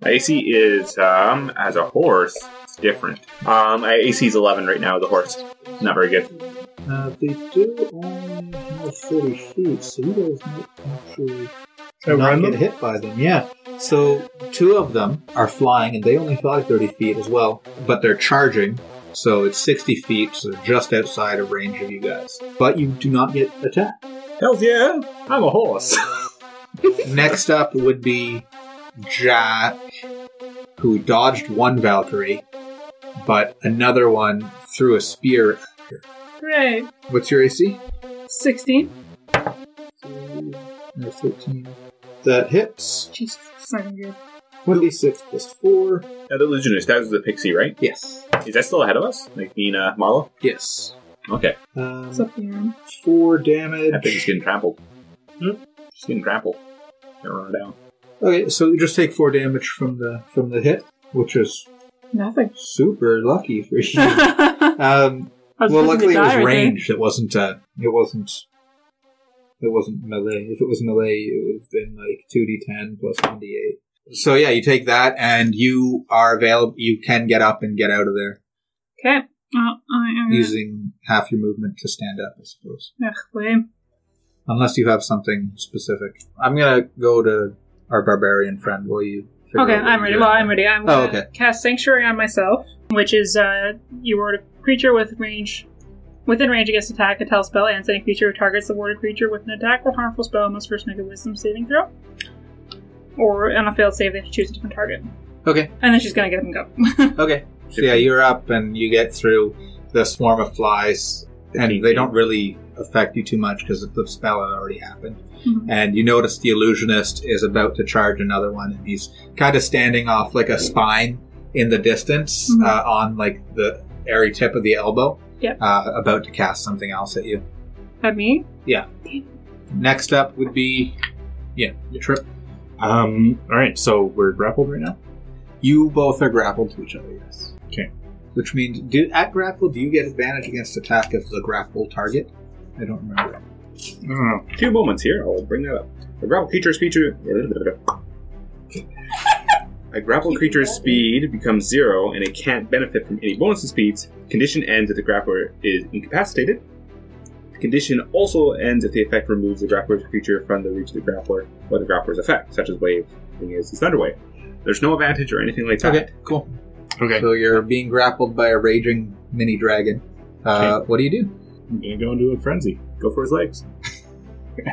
Speaker 5: My AC is, um, as a horse, it's different. Um, my AC is 11 right now as a horse. Not very good.
Speaker 2: Uh, they do only have 30 feet, so you guys might actually
Speaker 3: Can I run them?
Speaker 2: hit by them, yeah. So two of them are flying, and they only fly 30 feet as well, but they're charging. So it's 60 feet, so they're just outside of range of you guys. But you do not get attacked.
Speaker 5: Hells yeah, I'm a horse.
Speaker 2: Next up would be Jack, who dodged one Valkyrie, but another one threw a spear.
Speaker 4: Hooray.
Speaker 2: What's your AC?
Speaker 4: 16.
Speaker 2: Or 13. That hits.
Speaker 4: Jesus, it's not gonna be good.
Speaker 2: 1d6 plus 4.
Speaker 5: now the illusionist, that was the pixie, right?
Speaker 2: Yes.
Speaker 5: Is that still ahead of us? Like being uh, Marlo?
Speaker 2: Yes.
Speaker 5: Okay,
Speaker 2: Um,
Speaker 4: What's up, Aaron?
Speaker 2: 4
Speaker 5: I think she's
Speaker 2: damage.
Speaker 5: getting trampled. Hmm? She's getting trampled. Gonna run her down.
Speaker 2: Okay, so you just take 4 damage from the from the hit, which is
Speaker 4: Nothing.
Speaker 2: super lucky for you.
Speaker 4: I
Speaker 2: um, well,
Speaker 4: was supposed to
Speaker 2: luckily it
Speaker 4: die
Speaker 2: was
Speaker 4: right there.
Speaker 2: ranged. It wasn't. Uh, it wasn't. It wasn't melee. If it was melee, it would have been like two d ten plus one d eight. So yeah, you take that, and you are available. You can get up and get out of there
Speaker 4: Okay. Well, I am gonna-
Speaker 2: using half your movement to stand up, I suppose.
Speaker 4: Ugh, lame.
Speaker 2: Unless you have something specific. I'm gonna go to our barbarian friend. Will you? figure
Speaker 4: Okay,
Speaker 2: out what
Speaker 4: I'm
Speaker 2: you're
Speaker 4: ready.
Speaker 2: doing?
Speaker 4: Well, I'm ready. I'm
Speaker 2: Oh,
Speaker 4: gonna
Speaker 2: okay.
Speaker 4: cast Sanctuary on myself, which is uh, you ward a creature with range within range against attack, a tell spell, and any creature who targets the warded creature with an attack or harmful spell must first make a Wisdom saving throw. Or on a failed save, they have to choose a different target.
Speaker 2: Okay.
Speaker 4: And then she's gonna get up and go.
Speaker 2: Okay. So yeah, you're up and you get through the swarm of flies, and they don't really affect you too much because the spell had already happened.
Speaker 4: Mhm.
Speaker 2: And you notice the illusionist is about to charge another one, and he's kind of standing off like a spine in the distance
Speaker 4: Mhm.
Speaker 2: uh, on like the airy tip of the elbow,
Speaker 4: Yep.
Speaker 2: uh, about to cast something else at you.
Speaker 4: At me?
Speaker 2: Next up would be, yeah, your trip.
Speaker 6: Um, all right, so we're grappled right now.
Speaker 2: You both are grappled to each other, yes.
Speaker 6: Okay.
Speaker 2: Which means, do, at grapple, do you get advantage against attack of the grapple target? I don't remember.
Speaker 6: I don't know.
Speaker 5: Two moments here, I'll bring that up. A grapple creature's feature. A grapple creature's speed becomes zero and it can't benefit from any bonus to speeds. Condition ends if the grappler is incapacitated. The condition also ends if the effect removes the grappler's creature from the reach of the grappler or the grappler's effect, such as wave, thing is, is thunder wave. There's no advantage or anything like that.
Speaker 2: Okay, cool.
Speaker 6: Okay,
Speaker 2: So you're being grappled by a raging mini dragon. Uh, What do you do?
Speaker 6: I'm gonna go into a frenzy.
Speaker 5: Go for his legs.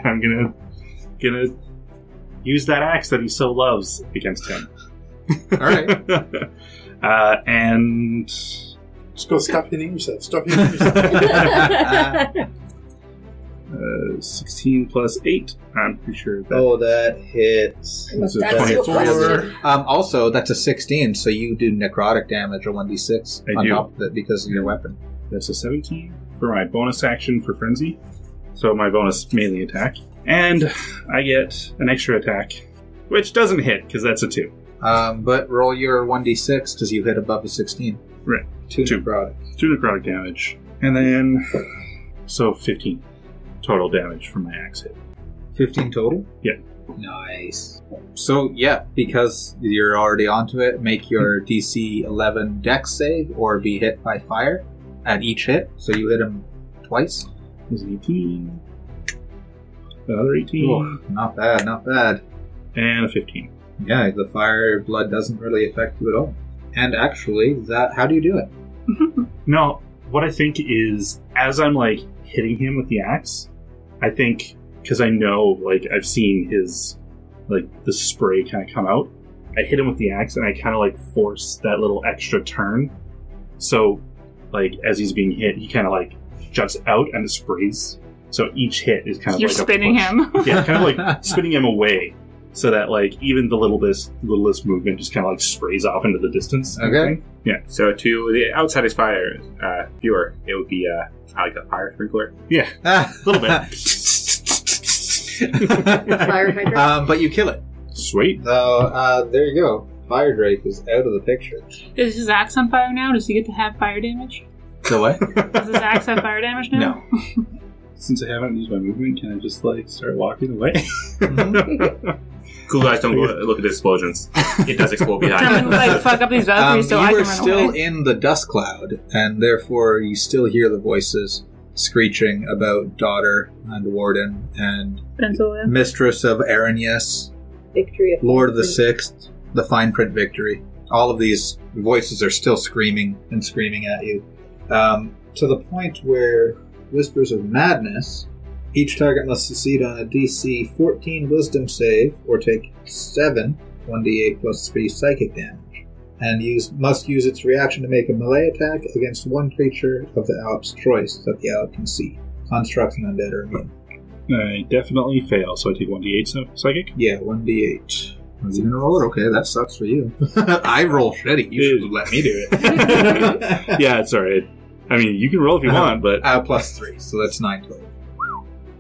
Speaker 6: I'm gonna gonna use that axe that he so loves against him.
Speaker 2: All right.
Speaker 6: uh, and
Speaker 3: Just go stop hitting yourself. Stop hitting yourself.
Speaker 6: uh, 16 plus 8. I'm pretty sure that
Speaker 2: oh, that hits.
Speaker 6: That's a
Speaker 7: That's your
Speaker 6: 24.
Speaker 7: question.
Speaker 2: Um, also, that's a 16, so you do necrotic damage or 1d6
Speaker 6: I
Speaker 2: on
Speaker 6: do.
Speaker 2: top of it because of your weapon.
Speaker 6: That's a 17 for my bonus action for Frenzy. So my bonus melee attack. And I get an extra attack, which doesn't hit because that's a 2.
Speaker 2: Um, but roll your 1d6 because you hit above a 16.
Speaker 6: Right.
Speaker 2: Two,
Speaker 6: Two.
Speaker 2: necrotic.
Speaker 6: 2 necrotic damage. And then. So 15 total damage from my axe hit.
Speaker 2: 15 total?
Speaker 6: Yeah.
Speaker 2: Nice. So, yeah, because you're already onto it, make
Speaker 6: Hmm.
Speaker 2: your DC 11 dex save or be hit by fire at each hit. So you hit him twice.
Speaker 6: Is 18. Another 18.
Speaker 2: Not bad, not bad.
Speaker 6: And a 15.
Speaker 2: Yeah, the fire blood doesn't really affect you at all. And actually, that how do you do it?
Speaker 6: No, what I think is as I'm like hitting him with the axe, I think because I know like I've seen his like the spray kind of come out. I hit him with the axe and I kind of like force that little extra turn. So like as he's being hit, he kind of like juts out and it sprays. So each hit is kind of
Speaker 4: You're
Speaker 6: like a
Speaker 4: spinning
Speaker 6: push.
Speaker 4: him.
Speaker 6: yeah, kind of like spinning him away. So that like even the littlest littlest movement just kind of like sprays off into the distance. kind of
Speaker 2: Okay.
Speaker 6: thing.
Speaker 5: So to the outside is fire, uh, viewer, it would be uh, I like a fire sprinkler.
Speaker 6: Yeah,
Speaker 2: a
Speaker 6: a little bit.
Speaker 7: Fire hydrant.
Speaker 2: um, but you kill it.
Speaker 6: Sweet.
Speaker 2: So uh, there you go. Fire Drake is out of the picture.
Speaker 4: Is his axe on fire now? Does he get to have fire damage?
Speaker 2: So what?
Speaker 4: Does his axe have fire damage now?
Speaker 2: No.
Speaker 6: Since I haven't used my movement, can I just like start walking away?
Speaker 2: Mm-hmm.
Speaker 5: Cool guys, don't go look at the explosions. It does
Speaker 4: Tell
Speaker 5: explode behind.
Speaker 4: me, like, fuck up these
Speaker 2: Um,
Speaker 4: Valkyries so
Speaker 2: you are
Speaker 4: I can run
Speaker 2: still
Speaker 4: away.
Speaker 2: in the dust cloud, and therefore you still hear the voices screeching about daughter and warden and
Speaker 4: Pencil in.
Speaker 2: mistress of Aranyes
Speaker 8: Victory of
Speaker 2: Lord of the Sixth, The Fine Print Victory. All of these voices are still screaming and screaming at you. Um, to the point where Whispers of Madness, each target must succeed on a DC 14 Wisdom save or take 7 1d8 plus 3 psychic damage, and use, must use its reaction to make a melee attack against one creature of the Alp's choice that the Alp can see. Constructs and undead are immune.
Speaker 6: I definitely fail, so I take 1d8 psy- psychic.
Speaker 2: Yeah, one d eight. Not even roll it. Okay, that sucks for you. I roll shitty. You should
Speaker 6: Dude.
Speaker 2: let me do it.
Speaker 6: Yeah, it's alright. I mean, you can roll if you
Speaker 2: Uh-huh.
Speaker 6: want, but
Speaker 2: uh, plus three, so that's nine total.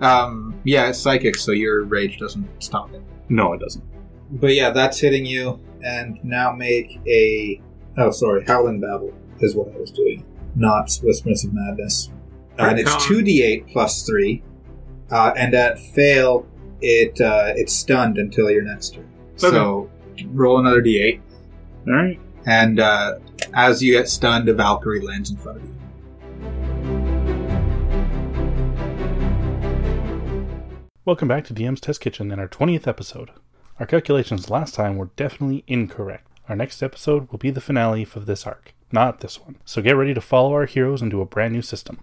Speaker 2: Um, yeah, it's psychic, so your rage doesn't stop it.
Speaker 6: no, it doesn't.
Speaker 2: But yeah, that's hitting you, and now make a. Oh, sorry, howling babble is what I was doing, not whispers of madness. Uh, and it's two d eight plus three, uh, and at fail, it uh, it's stunned until your next turn. So roll another d eight.
Speaker 6: Alright.
Speaker 2: And uh, as you get stunned, a Valkyrie lands in front of you.
Speaker 9: Welcome back to DM's Test Kitchen and our 20th episode. Our calculations last time were definitely incorrect. Our next episode will be the finale for this arc, not this one. So get ready to follow our heroes into a brand new system.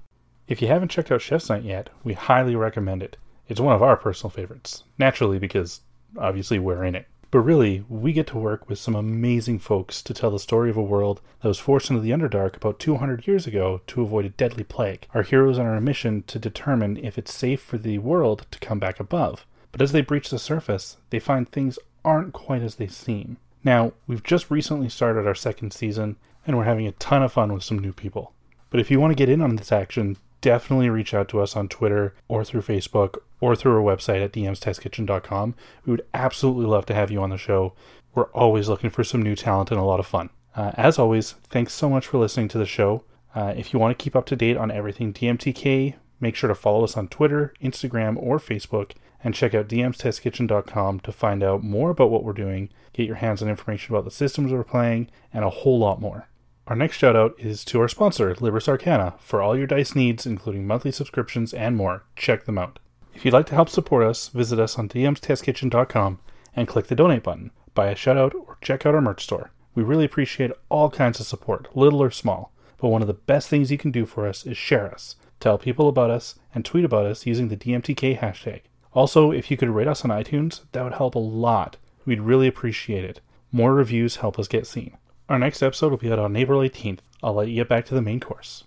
Speaker 9: If you haven't checked out Chef's Night yet, we highly recommend it. It's one of our personal favorites, naturally, because obviously we're in it. But really, we get to work with some amazing folks to tell the story of a world that was forced into the Underdark about 200 years ago to avoid a deadly plague. Our heroes are on a mission to determine if it's safe for the world to come back above. But as they breach the surface, they find things aren't quite as they seem. Now, we've just recently started our second season, and we're having a ton of fun with some new people. But if you want to get in on this action, definitely reach out to us on Twitter or through Facebook or through our website at dmstestkitchen.com. We would absolutely love to have you on the show. We're always looking for some new talent and a lot of fun. Uh, as always, thanks so much for listening to the show. Uh, if you want to keep up to date on everything DMTK, make sure to follow us on Twitter, Instagram, or Facebook, and check out dmstestkitchen.com to find out more about what we're doing, get your hands on information about the systems we're playing, and a whole lot more. Our next shout out is to our sponsor, Libris Arcana, for all your dice needs, including monthly subscriptions and more. Check them out. If you'd like to help support us, visit us on dmstastkitchen.com and click the donate button, buy a shout out, or check out our merch store. We really appreciate all kinds of support, little or small. But one of the best things you can do for us is share us, tell people about us, and tweet about us using the DMTK hashtag. Also, if you could rate us on iTunes, that would help a lot. We'd really appreciate it. More reviews help us get seen. Our next episode will be out on April 18th. I'll let you get back to the main course.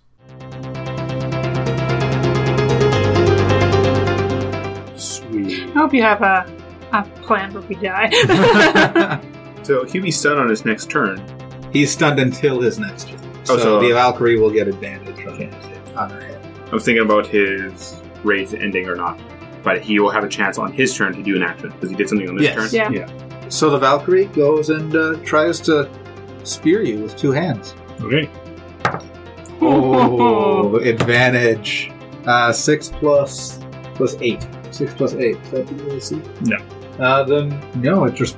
Speaker 6: Sweet.
Speaker 4: I hope you have a, a plan for if we die.
Speaker 5: So he'll be stunned on his next turn.
Speaker 2: He's stunned until his next turn.
Speaker 5: Oh,
Speaker 2: So,
Speaker 5: so-
Speaker 2: the Valkyrie will get advantage on it. on her hit.
Speaker 5: I was thinking about his rage ending or not, but he will have a chance on his turn to do an action because he did something on his
Speaker 2: Yes.
Speaker 5: turn.
Speaker 4: yeah.
Speaker 2: So the Valkyrie goes and uh, tries to spear you with two hands.
Speaker 6: Okay.
Speaker 2: Oh, advantage. Uh, six plus plus eight. Six plus eight. Is that the AC?
Speaker 6: No.
Speaker 2: Uh, then no. It just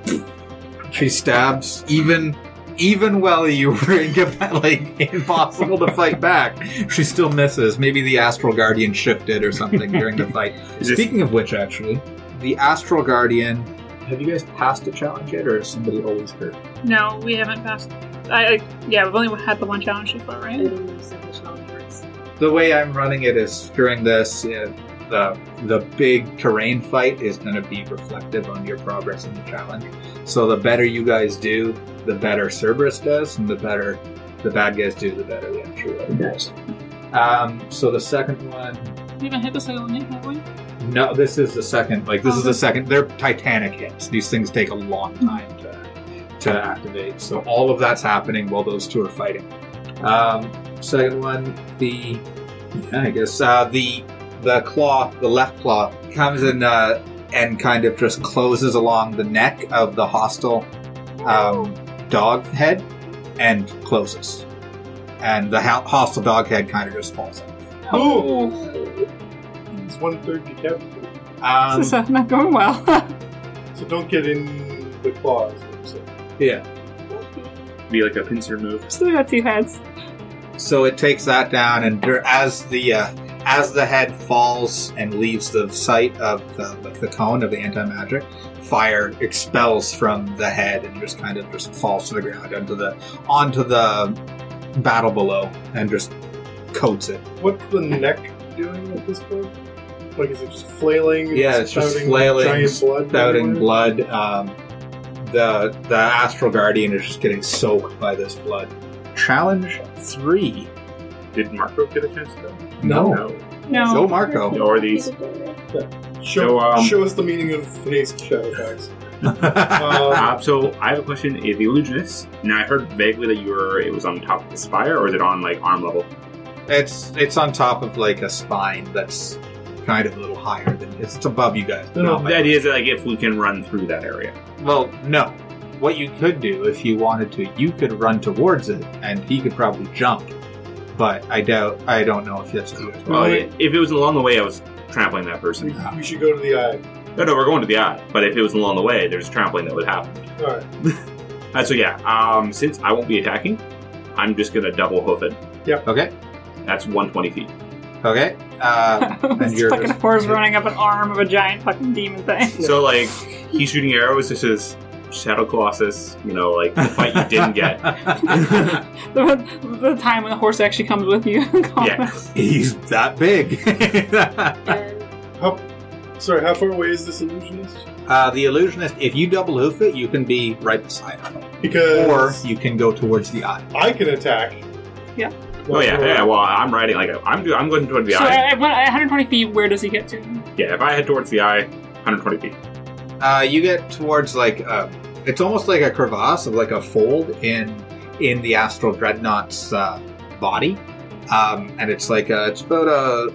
Speaker 2: she stabs even even while you were in like impossible to fight back. She still misses. Maybe the astral guardian shifted or something during the fight.
Speaker 5: Is this-
Speaker 2: Speaking of which, actually, the astral guardian. Have you guys passed a challenge yet, or is somebody always hurt?
Speaker 4: No, we haven't passed. I, I yeah, we've only had the one challenge so far,
Speaker 7: I
Speaker 4: right?
Speaker 7: don't understand which knowledge works.
Speaker 2: the way I'm running it is during this, uh, the the big terrain fight is going to be reflective on your progress in the challenge. So the better you guys do, the better Cerberus does, and the better the bad guys do, the better the actual player does. Um, so the second one,
Speaker 4: We haven't hit the second one yet, have we?
Speaker 2: no, this is the second. Like this is
Speaker 4: Oh.
Speaker 2: the second. They're Titanic hits. These things take a long
Speaker 4: Mm.
Speaker 2: time to to activate. So all of that's happening while those two are fighting. Um, second one, the yeah, I guess uh, the the claw, the left claw, comes in uh, and kind of just closes along the neck of the hostile um, dog head and closes, and the ho- hostile dog head kind of just falls. out.
Speaker 3: It's one third decapitated.
Speaker 2: Um,
Speaker 4: this is uh, not going well.
Speaker 3: So don't get in the claws. is what I'm saying.
Speaker 2: yeah.
Speaker 5: Be like a pincer move.
Speaker 4: Still got two heads.
Speaker 2: So it takes that down, and dur- as the uh, as the head falls and leaves the sight of the, like the cone of the anti magic, fire expels from the head and just kind of just falls to the ground onto the onto the battle below and just coats it.
Speaker 3: What's the neck doing at this point? Like, is it just flailing?
Speaker 2: Yeah, it's just
Speaker 3: spouting
Speaker 2: flailing,
Speaker 3: giant blood
Speaker 2: spouting
Speaker 3: everywhere?
Speaker 2: blood. Um, the the astral guardian is just getting soaked by this blood. Challenge three.
Speaker 5: Did Marco get a chance to go?
Speaker 2: No,
Speaker 4: No.
Speaker 2: go Marco.
Speaker 5: Or these?
Speaker 3: Show,
Speaker 5: So, um,
Speaker 3: show us the meaning of haste shadow attacks.
Speaker 5: Uh,
Speaker 3: Um,
Speaker 5: so I have a question. Is the illusionist? Now I heard vaguely that you were. It was on top of the spire, or is it on like arm level?
Speaker 2: it's it's on top of like a spine that's kind of a little higher than it's, it's above you guys. but not by
Speaker 5: the idea is that like if we can run through that area.
Speaker 2: Well, no. What you could do if you wanted to, you could run towards it, and he could probably jump. But I doubt. I don't know if that's true.
Speaker 8: Oh,
Speaker 5: Well, if it was along the way, I was trampling that
Speaker 3: we,
Speaker 5: person.
Speaker 3: we should go to the eye.
Speaker 5: No, no, we're going to the eye. But if it was along the way, there's trampling that would happen.
Speaker 3: All right.
Speaker 5: Uh, so yeah, um, since I won't be attacking, I'm just gonna double hoof it.
Speaker 2: Okay.
Speaker 5: That's 120 feet.
Speaker 2: Okay. Uh, and
Speaker 4: this
Speaker 2: you're
Speaker 4: fucking
Speaker 2: just-
Speaker 4: horse running up an arm of a giant fucking demon thing.
Speaker 5: So like he's shooting arrows. This is Shadow Colossus. You know, like the fight you didn't get.
Speaker 4: the, the time when the horse actually comes with you.
Speaker 5: Yeah.
Speaker 2: He's that big.
Speaker 7: And
Speaker 3: How, sorry, how far away is this illusionist?
Speaker 2: uh, the illusionist. If you double hoof it, you can be right beside him, or
Speaker 3: Because
Speaker 2: you can go towards the eye.
Speaker 3: I can attack.
Speaker 4: Yeah.
Speaker 5: Oh yeah, yeah. Well, I'm riding like I'm. I'm going toward the
Speaker 4: So
Speaker 5: eye.
Speaker 4: at, at 120 feet, where does he get to?
Speaker 5: Yeah, if I head towards the eye, 120 feet.
Speaker 2: Uh, you get towards like a, it's almost like a crevasse of like a fold in in the astral dreadnought's uh, body, um, and it's like a, it's about a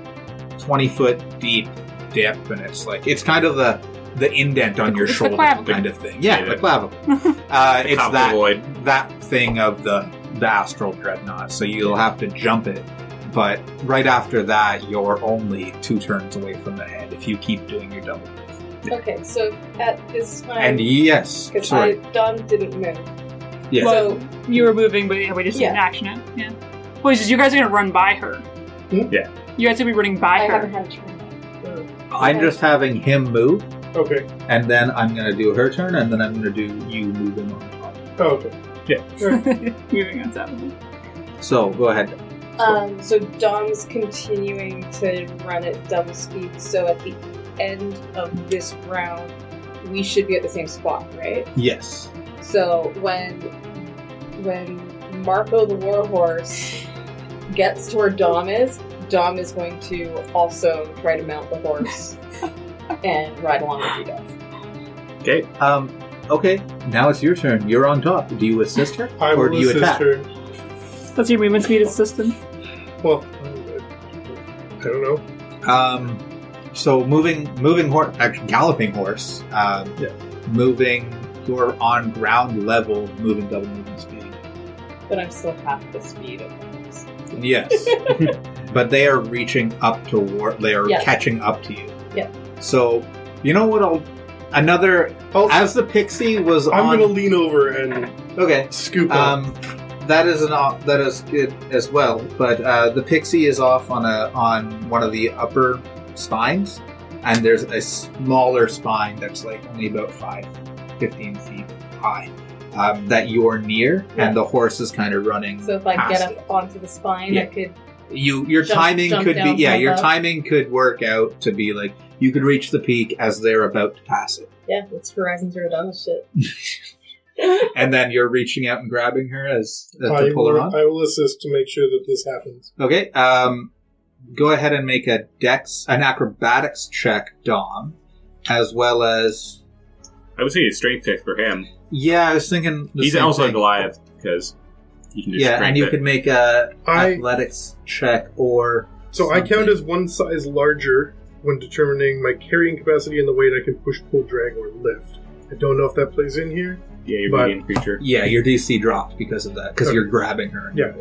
Speaker 2: twenty foot deep dip, and it's like it's kind of the the indent on your
Speaker 4: It's the
Speaker 2: shoulder
Speaker 4: clavicle.
Speaker 2: kind of thing. Yeah,
Speaker 5: Yeah,
Speaker 2: the
Speaker 5: the-
Speaker 2: clavicle. Uh,
Speaker 5: The
Speaker 2: it's
Speaker 5: top of the
Speaker 2: that
Speaker 5: void.
Speaker 2: that thing of the the astral dreadnought. So you'll have to jump it, but right after that, you're only two turns away from the head if you keep doing your double.
Speaker 8: Okay, so at this time,
Speaker 2: And yes,
Speaker 8: because I
Speaker 2: sorry.
Speaker 8: Don didn't move.
Speaker 2: Yeah.
Speaker 8: So
Speaker 4: You were moving, but yeah, we just
Speaker 8: Yeah.
Speaker 4: didn't action it. Yeah. Well, it's just you guys are gonna run by her.
Speaker 3: Hmm?
Speaker 5: Yeah.
Speaker 4: You guys are gonna be running
Speaker 8: I
Speaker 4: by
Speaker 8: haven't
Speaker 4: her.
Speaker 8: had a turn.
Speaker 2: I'm just having him move,
Speaker 3: Okay.
Speaker 2: and then I'm gonna do her turn, and then I'm gonna do you moving on top.
Speaker 3: Oh, okay.
Speaker 4: moving on seven.
Speaker 2: So go ahead.
Speaker 8: Um, so Dom's continuing to run at double speed. So at the end of this round, we should be at the same spot, right?
Speaker 2: Yes.
Speaker 8: So when when Marco the Warhorse gets to where Dom is, Dom is going to also try to mount the horse and ride along with you guys.
Speaker 5: Okay.
Speaker 2: Um. Okay. Now it's your turn. You're on top. Do you assist her,
Speaker 3: I
Speaker 2: or
Speaker 3: will
Speaker 2: do you attack?
Speaker 3: assist her.
Speaker 4: That's your movement speed assistant.
Speaker 3: Well, I don't know.
Speaker 2: Um. So moving, moving horse, galloping horse. Um,
Speaker 3: Yeah.
Speaker 2: Moving. You're on ground level, moving double movement speed.
Speaker 8: But I'm still half the speed of the horse.
Speaker 2: Yes. but they are reaching up toward. They are
Speaker 8: Yeah.
Speaker 2: catching up to you.
Speaker 8: Yeah.
Speaker 2: So you know what? I'll another.
Speaker 8: Oh.
Speaker 3: I'll-
Speaker 2: As the pixie was
Speaker 3: I'm
Speaker 2: on
Speaker 3: going to lean over and
Speaker 2: Okay.
Speaker 3: scoop up.
Speaker 2: Um, that is an op- that is good as well, but uh, the pixie is off on a on one of the upper spines, and there's a smaller spine that's like only about five, 15 feet high. Um, that you're near,
Speaker 8: Yeah.
Speaker 2: and the horse is kind of running.
Speaker 8: So if I
Speaker 2: past
Speaker 8: get
Speaker 2: it.
Speaker 8: up onto the spine, I
Speaker 2: Yeah.
Speaker 8: could.
Speaker 2: you your
Speaker 8: jump-
Speaker 2: timing
Speaker 8: jump
Speaker 2: could be
Speaker 8: down
Speaker 2: yeah,
Speaker 8: from
Speaker 2: your
Speaker 8: above.
Speaker 2: timing could work out to be like you could reach the peak as they're about to pass it,
Speaker 8: Yeah, it's Horizon Zero Dawn shit.
Speaker 2: and then you're reaching out and grabbing her as, as
Speaker 3: I
Speaker 2: to pull her
Speaker 3: will,
Speaker 2: on.
Speaker 3: I will assist to make sure that this happens.
Speaker 2: Okay. Um, go ahead and make a dex, an acrobatics check, Dom, as well as
Speaker 5: I would say a strength check for him.
Speaker 2: yeah. I was thinking the
Speaker 5: He's
Speaker 2: same
Speaker 5: also
Speaker 2: thing.
Speaker 5: a Goliath because he can just
Speaker 2: Yeah,
Speaker 5: crank
Speaker 2: and you
Speaker 5: it.
Speaker 2: could make a
Speaker 3: I
Speaker 2: athletics check or
Speaker 3: so I count as one size larger when determining my carrying capacity and the weight I can push, pull, drag, or lift. I don't know if that plays in here.
Speaker 5: yeah, you're
Speaker 3: but-
Speaker 5: medium creature.
Speaker 2: yeah. Your DC dropped because of that because
Speaker 3: Okay.
Speaker 2: you're grabbing her.
Speaker 3: Yeah.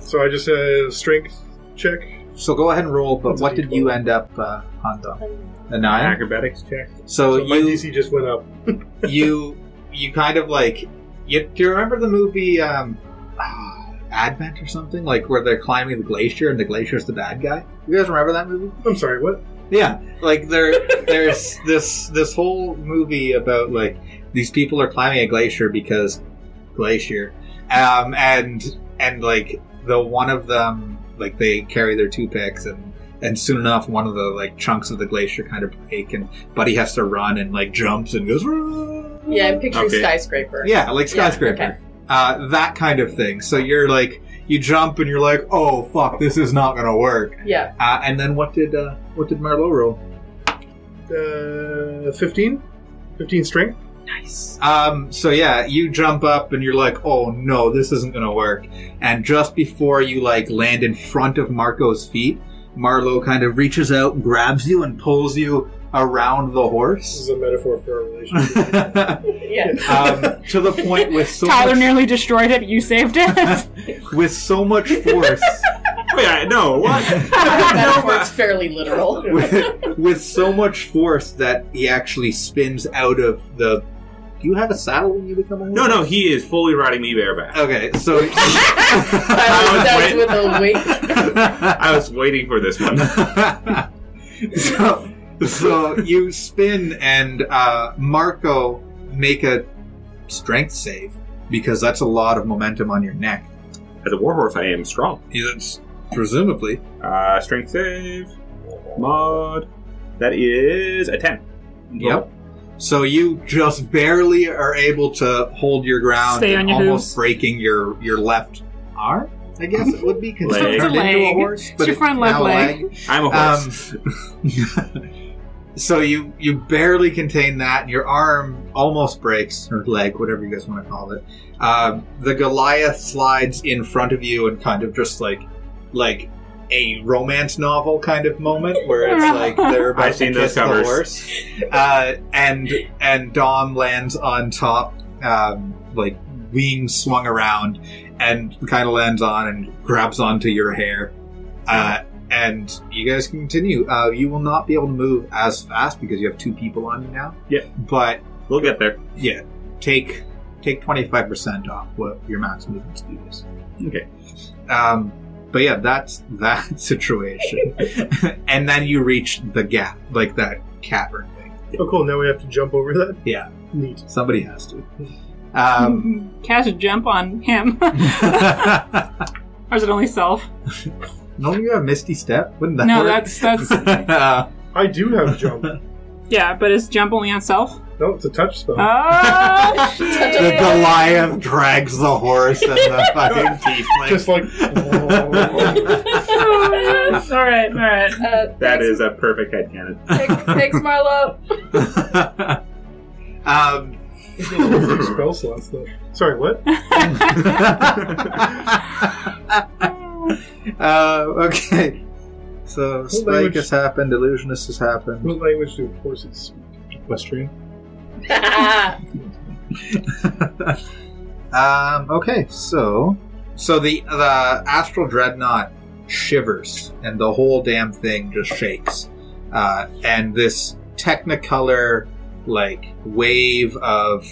Speaker 3: So I just uh, strength check.
Speaker 2: So go ahead and roll. But
Speaker 3: That's a
Speaker 2: what did you
Speaker 3: D12.
Speaker 2: end up uh, on Dom?
Speaker 8: Um,
Speaker 2: A nine.
Speaker 5: Acrobatics check.
Speaker 2: So,
Speaker 3: So my
Speaker 2: you
Speaker 3: DC just went up.
Speaker 2: you you kind of like you, do you remember the movie um Advent or something? Like where they're climbing the glacier and the glacier's the bad guy? You guys remember that movie?
Speaker 3: I'm sorry, what?
Speaker 2: Yeah, like there, there's this this whole movie about like these people are climbing a glacier because glacier, um, and and like the one of them like they carry their two picks and and soon enough one of the like chunks of the glacier kind of break and Buddy has to run and like jumps and goes. "Rah!"
Speaker 8: Yeah, I'm picturing
Speaker 5: Okay.
Speaker 8: skyscraper.
Speaker 2: Yeah, like skyscraper.
Speaker 8: okay.
Speaker 2: uh, that kind of thing. So you're like you jump and you're like, oh fuck, this is not gonna work.
Speaker 8: Yeah.
Speaker 2: Uh, and then what did uh, what did Marlowe roll?
Speaker 3: Uh, 15? 15 strength?
Speaker 2: Um, so yeah, you jump up and you're like, oh no, this isn't gonna work. And just before you like land in front of Marco's feet, Marlowe kind of reaches out, grabs you, and pulls you around the
Speaker 3: This is
Speaker 2: horse.
Speaker 3: a metaphor for our relationship.
Speaker 2: um,
Speaker 8: Yeah.
Speaker 2: to the point with so
Speaker 4: Tyler
Speaker 2: much,
Speaker 4: nearly destroyed it. You saved it.
Speaker 2: with so much force
Speaker 5: Wait, I- no, what?
Speaker 8: that part's fairly literal.
Speaker 2: with, with so much force that he actually spins out of the Do you have a saddle when you become a horse?
Speaker 5: no, no, he is fully riding me bareback.
Speaker 2: Okay, so
Speaker 8: I was
Speaker 5: I
Speaker 8: that's
Speaker 5: was
Speaker 8: with a wink.
Speaker 5: I was waiting for this one.
Speaker 2: so, so you spin and uh, Marco make a strength save because that's a lot of momentum on your neck.
Speaker 5: As a warhorse, I am strong.
Speaker 2: It's presumably
Speaker 5: Uh, strength save, mod. That is a ten.
Speaker 2: Yep. so you just barely are able to hold your ground,
Speaker 4: Stay on
Speaker 2: and
Speaker 4: your
Speaker 2: almost
Speaker 4: hooves.
Speaker 2: breaking your your left arm. I guess it would be because
Speaker 5: Leg.
Speaker 2: it turned
Speaker 4: It's a
Speaker 2: into a
Speaker 4: leg.
Speaker 2: horse, but
Speaker 4: your front
Speaker 2: it's
Speaker 4: left
Speaker 2: now a
Speaker 4: leg.
Speaker 2: leg.
Speaker 5: I'm a
Speaker 2: Um,
Speaker 5: horse.
Speaker 2: so you you barely contain that, and your arm almost breaks or leg, whatever you guys want to call it. Um, the Goliath slides in front of you, and kind of just like like a romance novel kind of moment where it's like they're about
Speaker 5: I've
Speaker 2: to
Speaker 5: seen those
Speaker 2: kiss the
Speaker 5: covers.
Speaker 2: horse, uh, and and Dom lands on top, um, like wings swung around, and kind of lands on and grabs onto your hair. Uh, and you guys can continue. Uh, you will not be able to move as fast because you have two people on you now.
Speaker 5: Yeah.
Speaker 2: But
Speaker 5: we'll get there.
Speaker 2: yeah, take take twenty five percent off what your max movement speed is.
Speaker 5: Okay.
Speaker 2: Um, but yeah, that's that situation. and then you reach the gap, like that cavern thing.
Speaker 3: oh, cool. Now we have to jump over that?
Speaker 2: Yeah.
Speaker 3: Neat.
Speaker 2: Somebody has to. Um,
Speaker 4: Cast a jump on him. or is it only self?
Speaker 2: no, you have Misty Step. Wouldn't that
Speaker 4: no,
Speaker 2: work?
Speaker 4: that's that's
Speaker 2: Uh,
Speaker 3: I do have jump.
Speaker 4: yeah, but it's jump only on self.
Speaker 3: no, it's a touch spell.
Speaker 4: Uh, Oh
Speaker 2: the
Speaker 4: shit.
Speaker 2: Goliath drags the horse and the fucking tiefling.
Speaker 3: Just like. oh,
Speaker 4: all right, all right.
Speaker 8: Uh,
Speaker 5: That
Speaker 8: thanks,
Speaker 5: is a perfect headcanon.
Speaker 8: Thanks, thanks, Marlo.
Speaker 2: um,
Speaker 3: Six spell slots, though. Sorry, what?
Speaker 2: uh, okay. So spike
Speaker 3: language-
Speaker 2: has happened, illusionist has happened.
Speaker 3: What language do horses speak? Equestrian?
Speaker 2: Um, okay, so so the the astral dreadnought shivers and the whole damn thing just shakes, uh, and this technicolor like wave of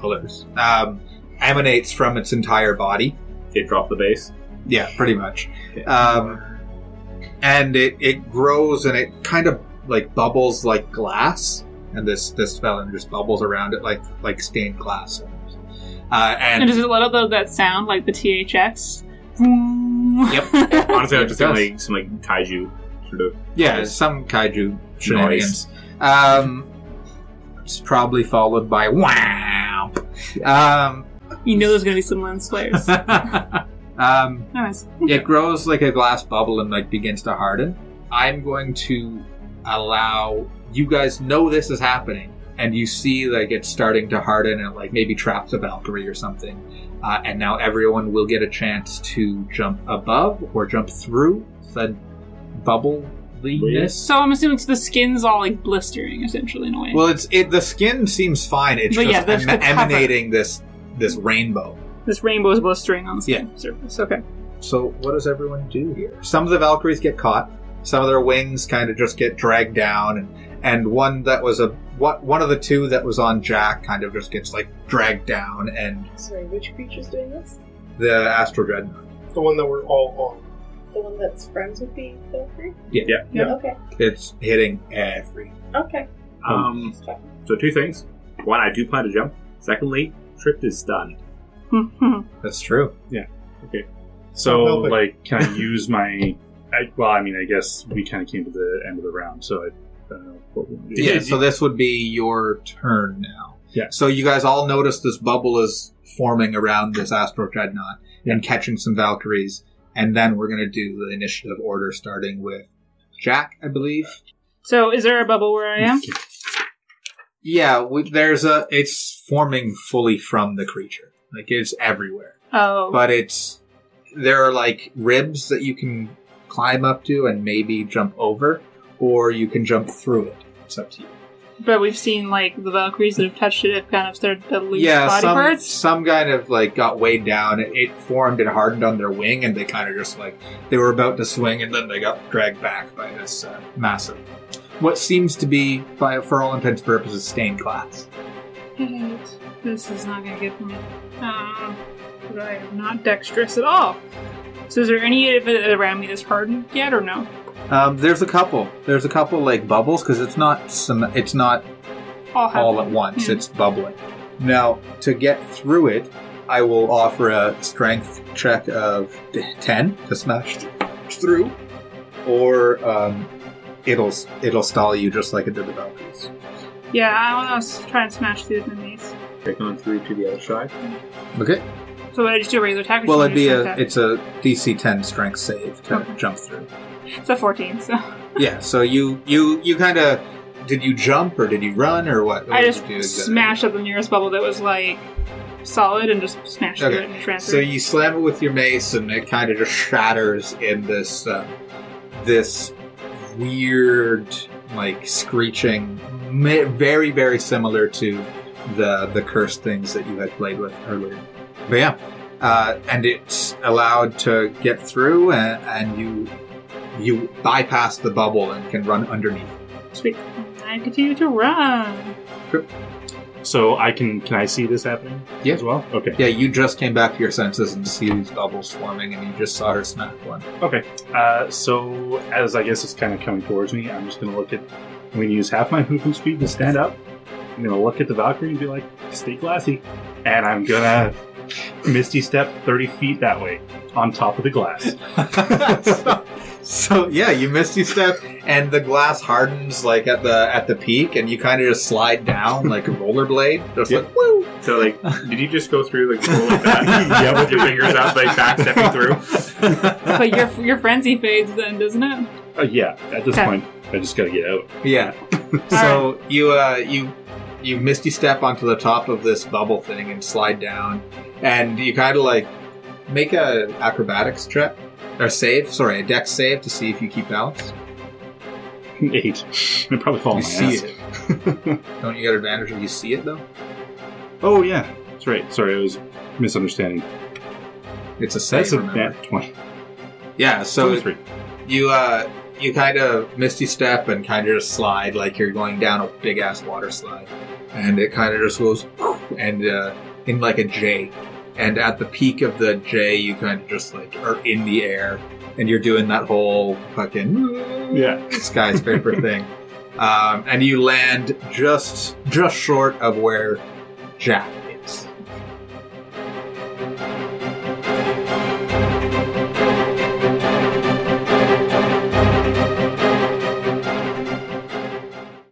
Speaker 2: colors um, emanates from its entire body.
Speaker 5: It dropped the base.
Speaker 2: Yeah, pretty much. Um, and it, it grows and it kind of like bubbles like glass, and this this felon just bubbles around it like like stained glass. almost. Uh,
Speaker 4: And
Speaker 2: and
Speaker 4: does it let out the- that sound like the THX?
Speaker 2: Yep.
Speaker 5: Honestly, I was just
Speaker 2: It does.
Speaker 5: thinking like some like kaiju sort of.
Speaker 2: yeah, some kaiju shenanigans. Um, it's probably followed by wow. Um,
Speaker 4: you know there's gonna be some lens flares.
Speaker 2: um,
Speaker 4: Nice.
Speaker 2: it grows like a glass bubble and like begins to harden. I'm going to allow you guys know this is happening, and you see like it's starting to harden and like maybe traps a Valkyrie or something. Uh, and now everyone will get a chance to jump above or jump through said bubbliness.
Speaker 4: So I'm assuming so the skin's all like blistering essentially in a way.
Speaker 2: Well, it's it. The skin seems fine. It's
Speaker 4: But
Speaker 2: just
Speaker 4: yeah, there's
Speaker 2: em-
Speaker 4: the cover.
Speaker 2: emanating this this rainbow.
Speaker 4: this rainbow is blistering on the skin surface. Okay.
Speaker 2: So what does everyone do here? Some of the Valkyries get caught. Some of their wings kind of just get dragged down, and and one that was a what one of the two that was on Jack kind of just gets like dragged down, and
Speaker 8: Sorry, which creature's doing this?
Speaker 2: the Astral Dreadnought.
Speaker 3: The one that we're all on.
Speaker 8: The one that's friends with the Belfry?
Speaker 2: Yeah.
Speaker 5: Yeah.
Speaker 3: Yeah.
Speaker 8: Okay.
Speaker 2: It's hitting every.
Speaker 8: Okay.
Speaker 5: Um,
Speaker 8: Just check.
Speaker 5: so two things. One, I do plan to jump. Secondly, Tripped is stunned.
Speaker 2: That's true.
Speaker 6: So,
Speaker 3: Oh, well, but-
Speaker 6: like, can I use my? I, well, I mean, I guess we kind of came to the end of the round, so I, I don't know what we want to do.
Speaker 2: Yeah, so this would be your turn now.
Speaker 6: Yeah.
Speaker 2: So you guys all notice this bubble is forming around this Astro Dreadnought and catching some Valkyries, and then we're going to do the initiative order starting with Jack, I believe.
Speaker 4: So, is there a bubble where I am?
Speaker 2: Yeah, we, there's a. It's forming fully from the creature. Like it's everywhere,
Speaker 4: Oh,
Speaker 2: but it's there are like ribs that you can climb up to and maybe jump over, or you can jump through it. It's up to you.
Speaker 4: but we've seen like the Valkyries that have touched it have kind of started to lose
Speaker 2: yeah,
Speaker 4: body
Speaker 2: some
Speaker 4: parts.
Speaker 2: some kind of like got weighed down. It, it formed and hardened on their wing, and they kind of just like they were about to swing, and then they got dragged back by this uh, massive, what seems to be, by for all intents and purposes, stained glass.
Speaker 4: This is not going to get me. Um, but I am not dexterous at all. So, is there any of it around me that's hardened yet, or no?
Speaker 2: Um, there's a couple. There's a couple like bubbles because it's not some. It's not
Speaker 4: All have
Speaker 2: all at once.
Speaker 4: Yeah.
Speaker 2: It's bubbling. Now to get through it, I will offer a strength check of d- ten to smash th- through, or um, it'll it'll stall you just like it did the Valkyries.
Speaker 4: Yeah, I want to try and smash through the knees.
Speaker 5: Take on through to the other side.
Speaker 2: Okay.
Speaker 4: So, would I just do a regular attack? Or
Speaker 2: Well,
Speaker 4: should I
Speaker 2: it'd be
Speaker 4: just
Speaker 2: a
Speaker 4: like
Speaker 2: it's a DC ten strength save to jump through.
Speaker 4: that? It's a 14, so.
Speaker 2: Yeah. So you you you kind of did you jump or did you run or what? what
Speaker 4: I
Speaker 2: did
Speaker 4: just
Speaker 2: you do exactly?
Speaker 4: smashed at the nearest bubble that was like solid and just smashed
Speaker 2: Okay.
Speaker 4: through it and transferred.
Speaker 2: So you slam it with your mace, and it kind of just shatters in this uh, this weird, like screeching, ma- very very similar to the the cursed things that you had played with earlier. But yeah, uh, and it's allowed to get through, and, and you you bypass the bubble and can run underneath.
Speaker 4: Sweet. I continue to run.
Speaker 6: So I can can I see this happening?
Speaker 2: Yeah.
Speaker 6: As well. Okay.
Speaker 2: Yeah, you just came back to your senses and see these bubbles forming, and you just saw her smack one.
Speaker 6: Uh, so as I guess it's kind of coming towards me, I'm just gonna look at. I'm gonna use half my movement speed to stand up. I'm gonna look at the Valkyrie and be like, "Stay glassy," and I'm gonna misty step 30 feet that way on top of the glass.
Speaker 2: so, so, yeah, you misty step, and the glass hardens like at the at the peak, and you kind of just slide down like a rollerblade. Just like woo.
Speaker 5: So, like, did you just go through like, roll like that?
Speaker 6: Yeah,
Speaker 5: with your fingers out, like back stepping through.
Speaker 4: But your your frenzy fades then, doesn't it?
Speaker 6: Uh, yeah. At this
Speaker 4: Okay.
Speaker 6: point, I just gotta get out.
Speaker 2: Yeah. so you uh you you misty step onto the top of this bubble thing and slide down, and you kind of like make a acrobatics check or save. Sorry, a dex save to see if you keep balance.
Speaker 6: Eight. I probably fall on
Speaker 2: you
Speaker 6: Oh, my
Speaker 2: see
Speaker 6: ass.
Speaker 2: it. Don't you get advantage if you see it though?
Speaker 6: Oh yeah, that's right. Sorry, I was misunderstanding.
Speaker 2: It's a save.
Speaker 6: That's a
Speaker 2: remember?
Speaker 6: nat twenty.
Speaker 2: Yeah. So it-
Speaker 6: three.
Speaker 2: You uh you kind of misty step and kind of just slide like you're going down a big ass water slide, and it kind of just goes and uh, in like a J, and at the peak of the J you kind of just like are in the air and you're doing that whole fucking
Speaker 6: Yeah.
Speaker 2: skyscraper thing, um, and you land just just short of where Jack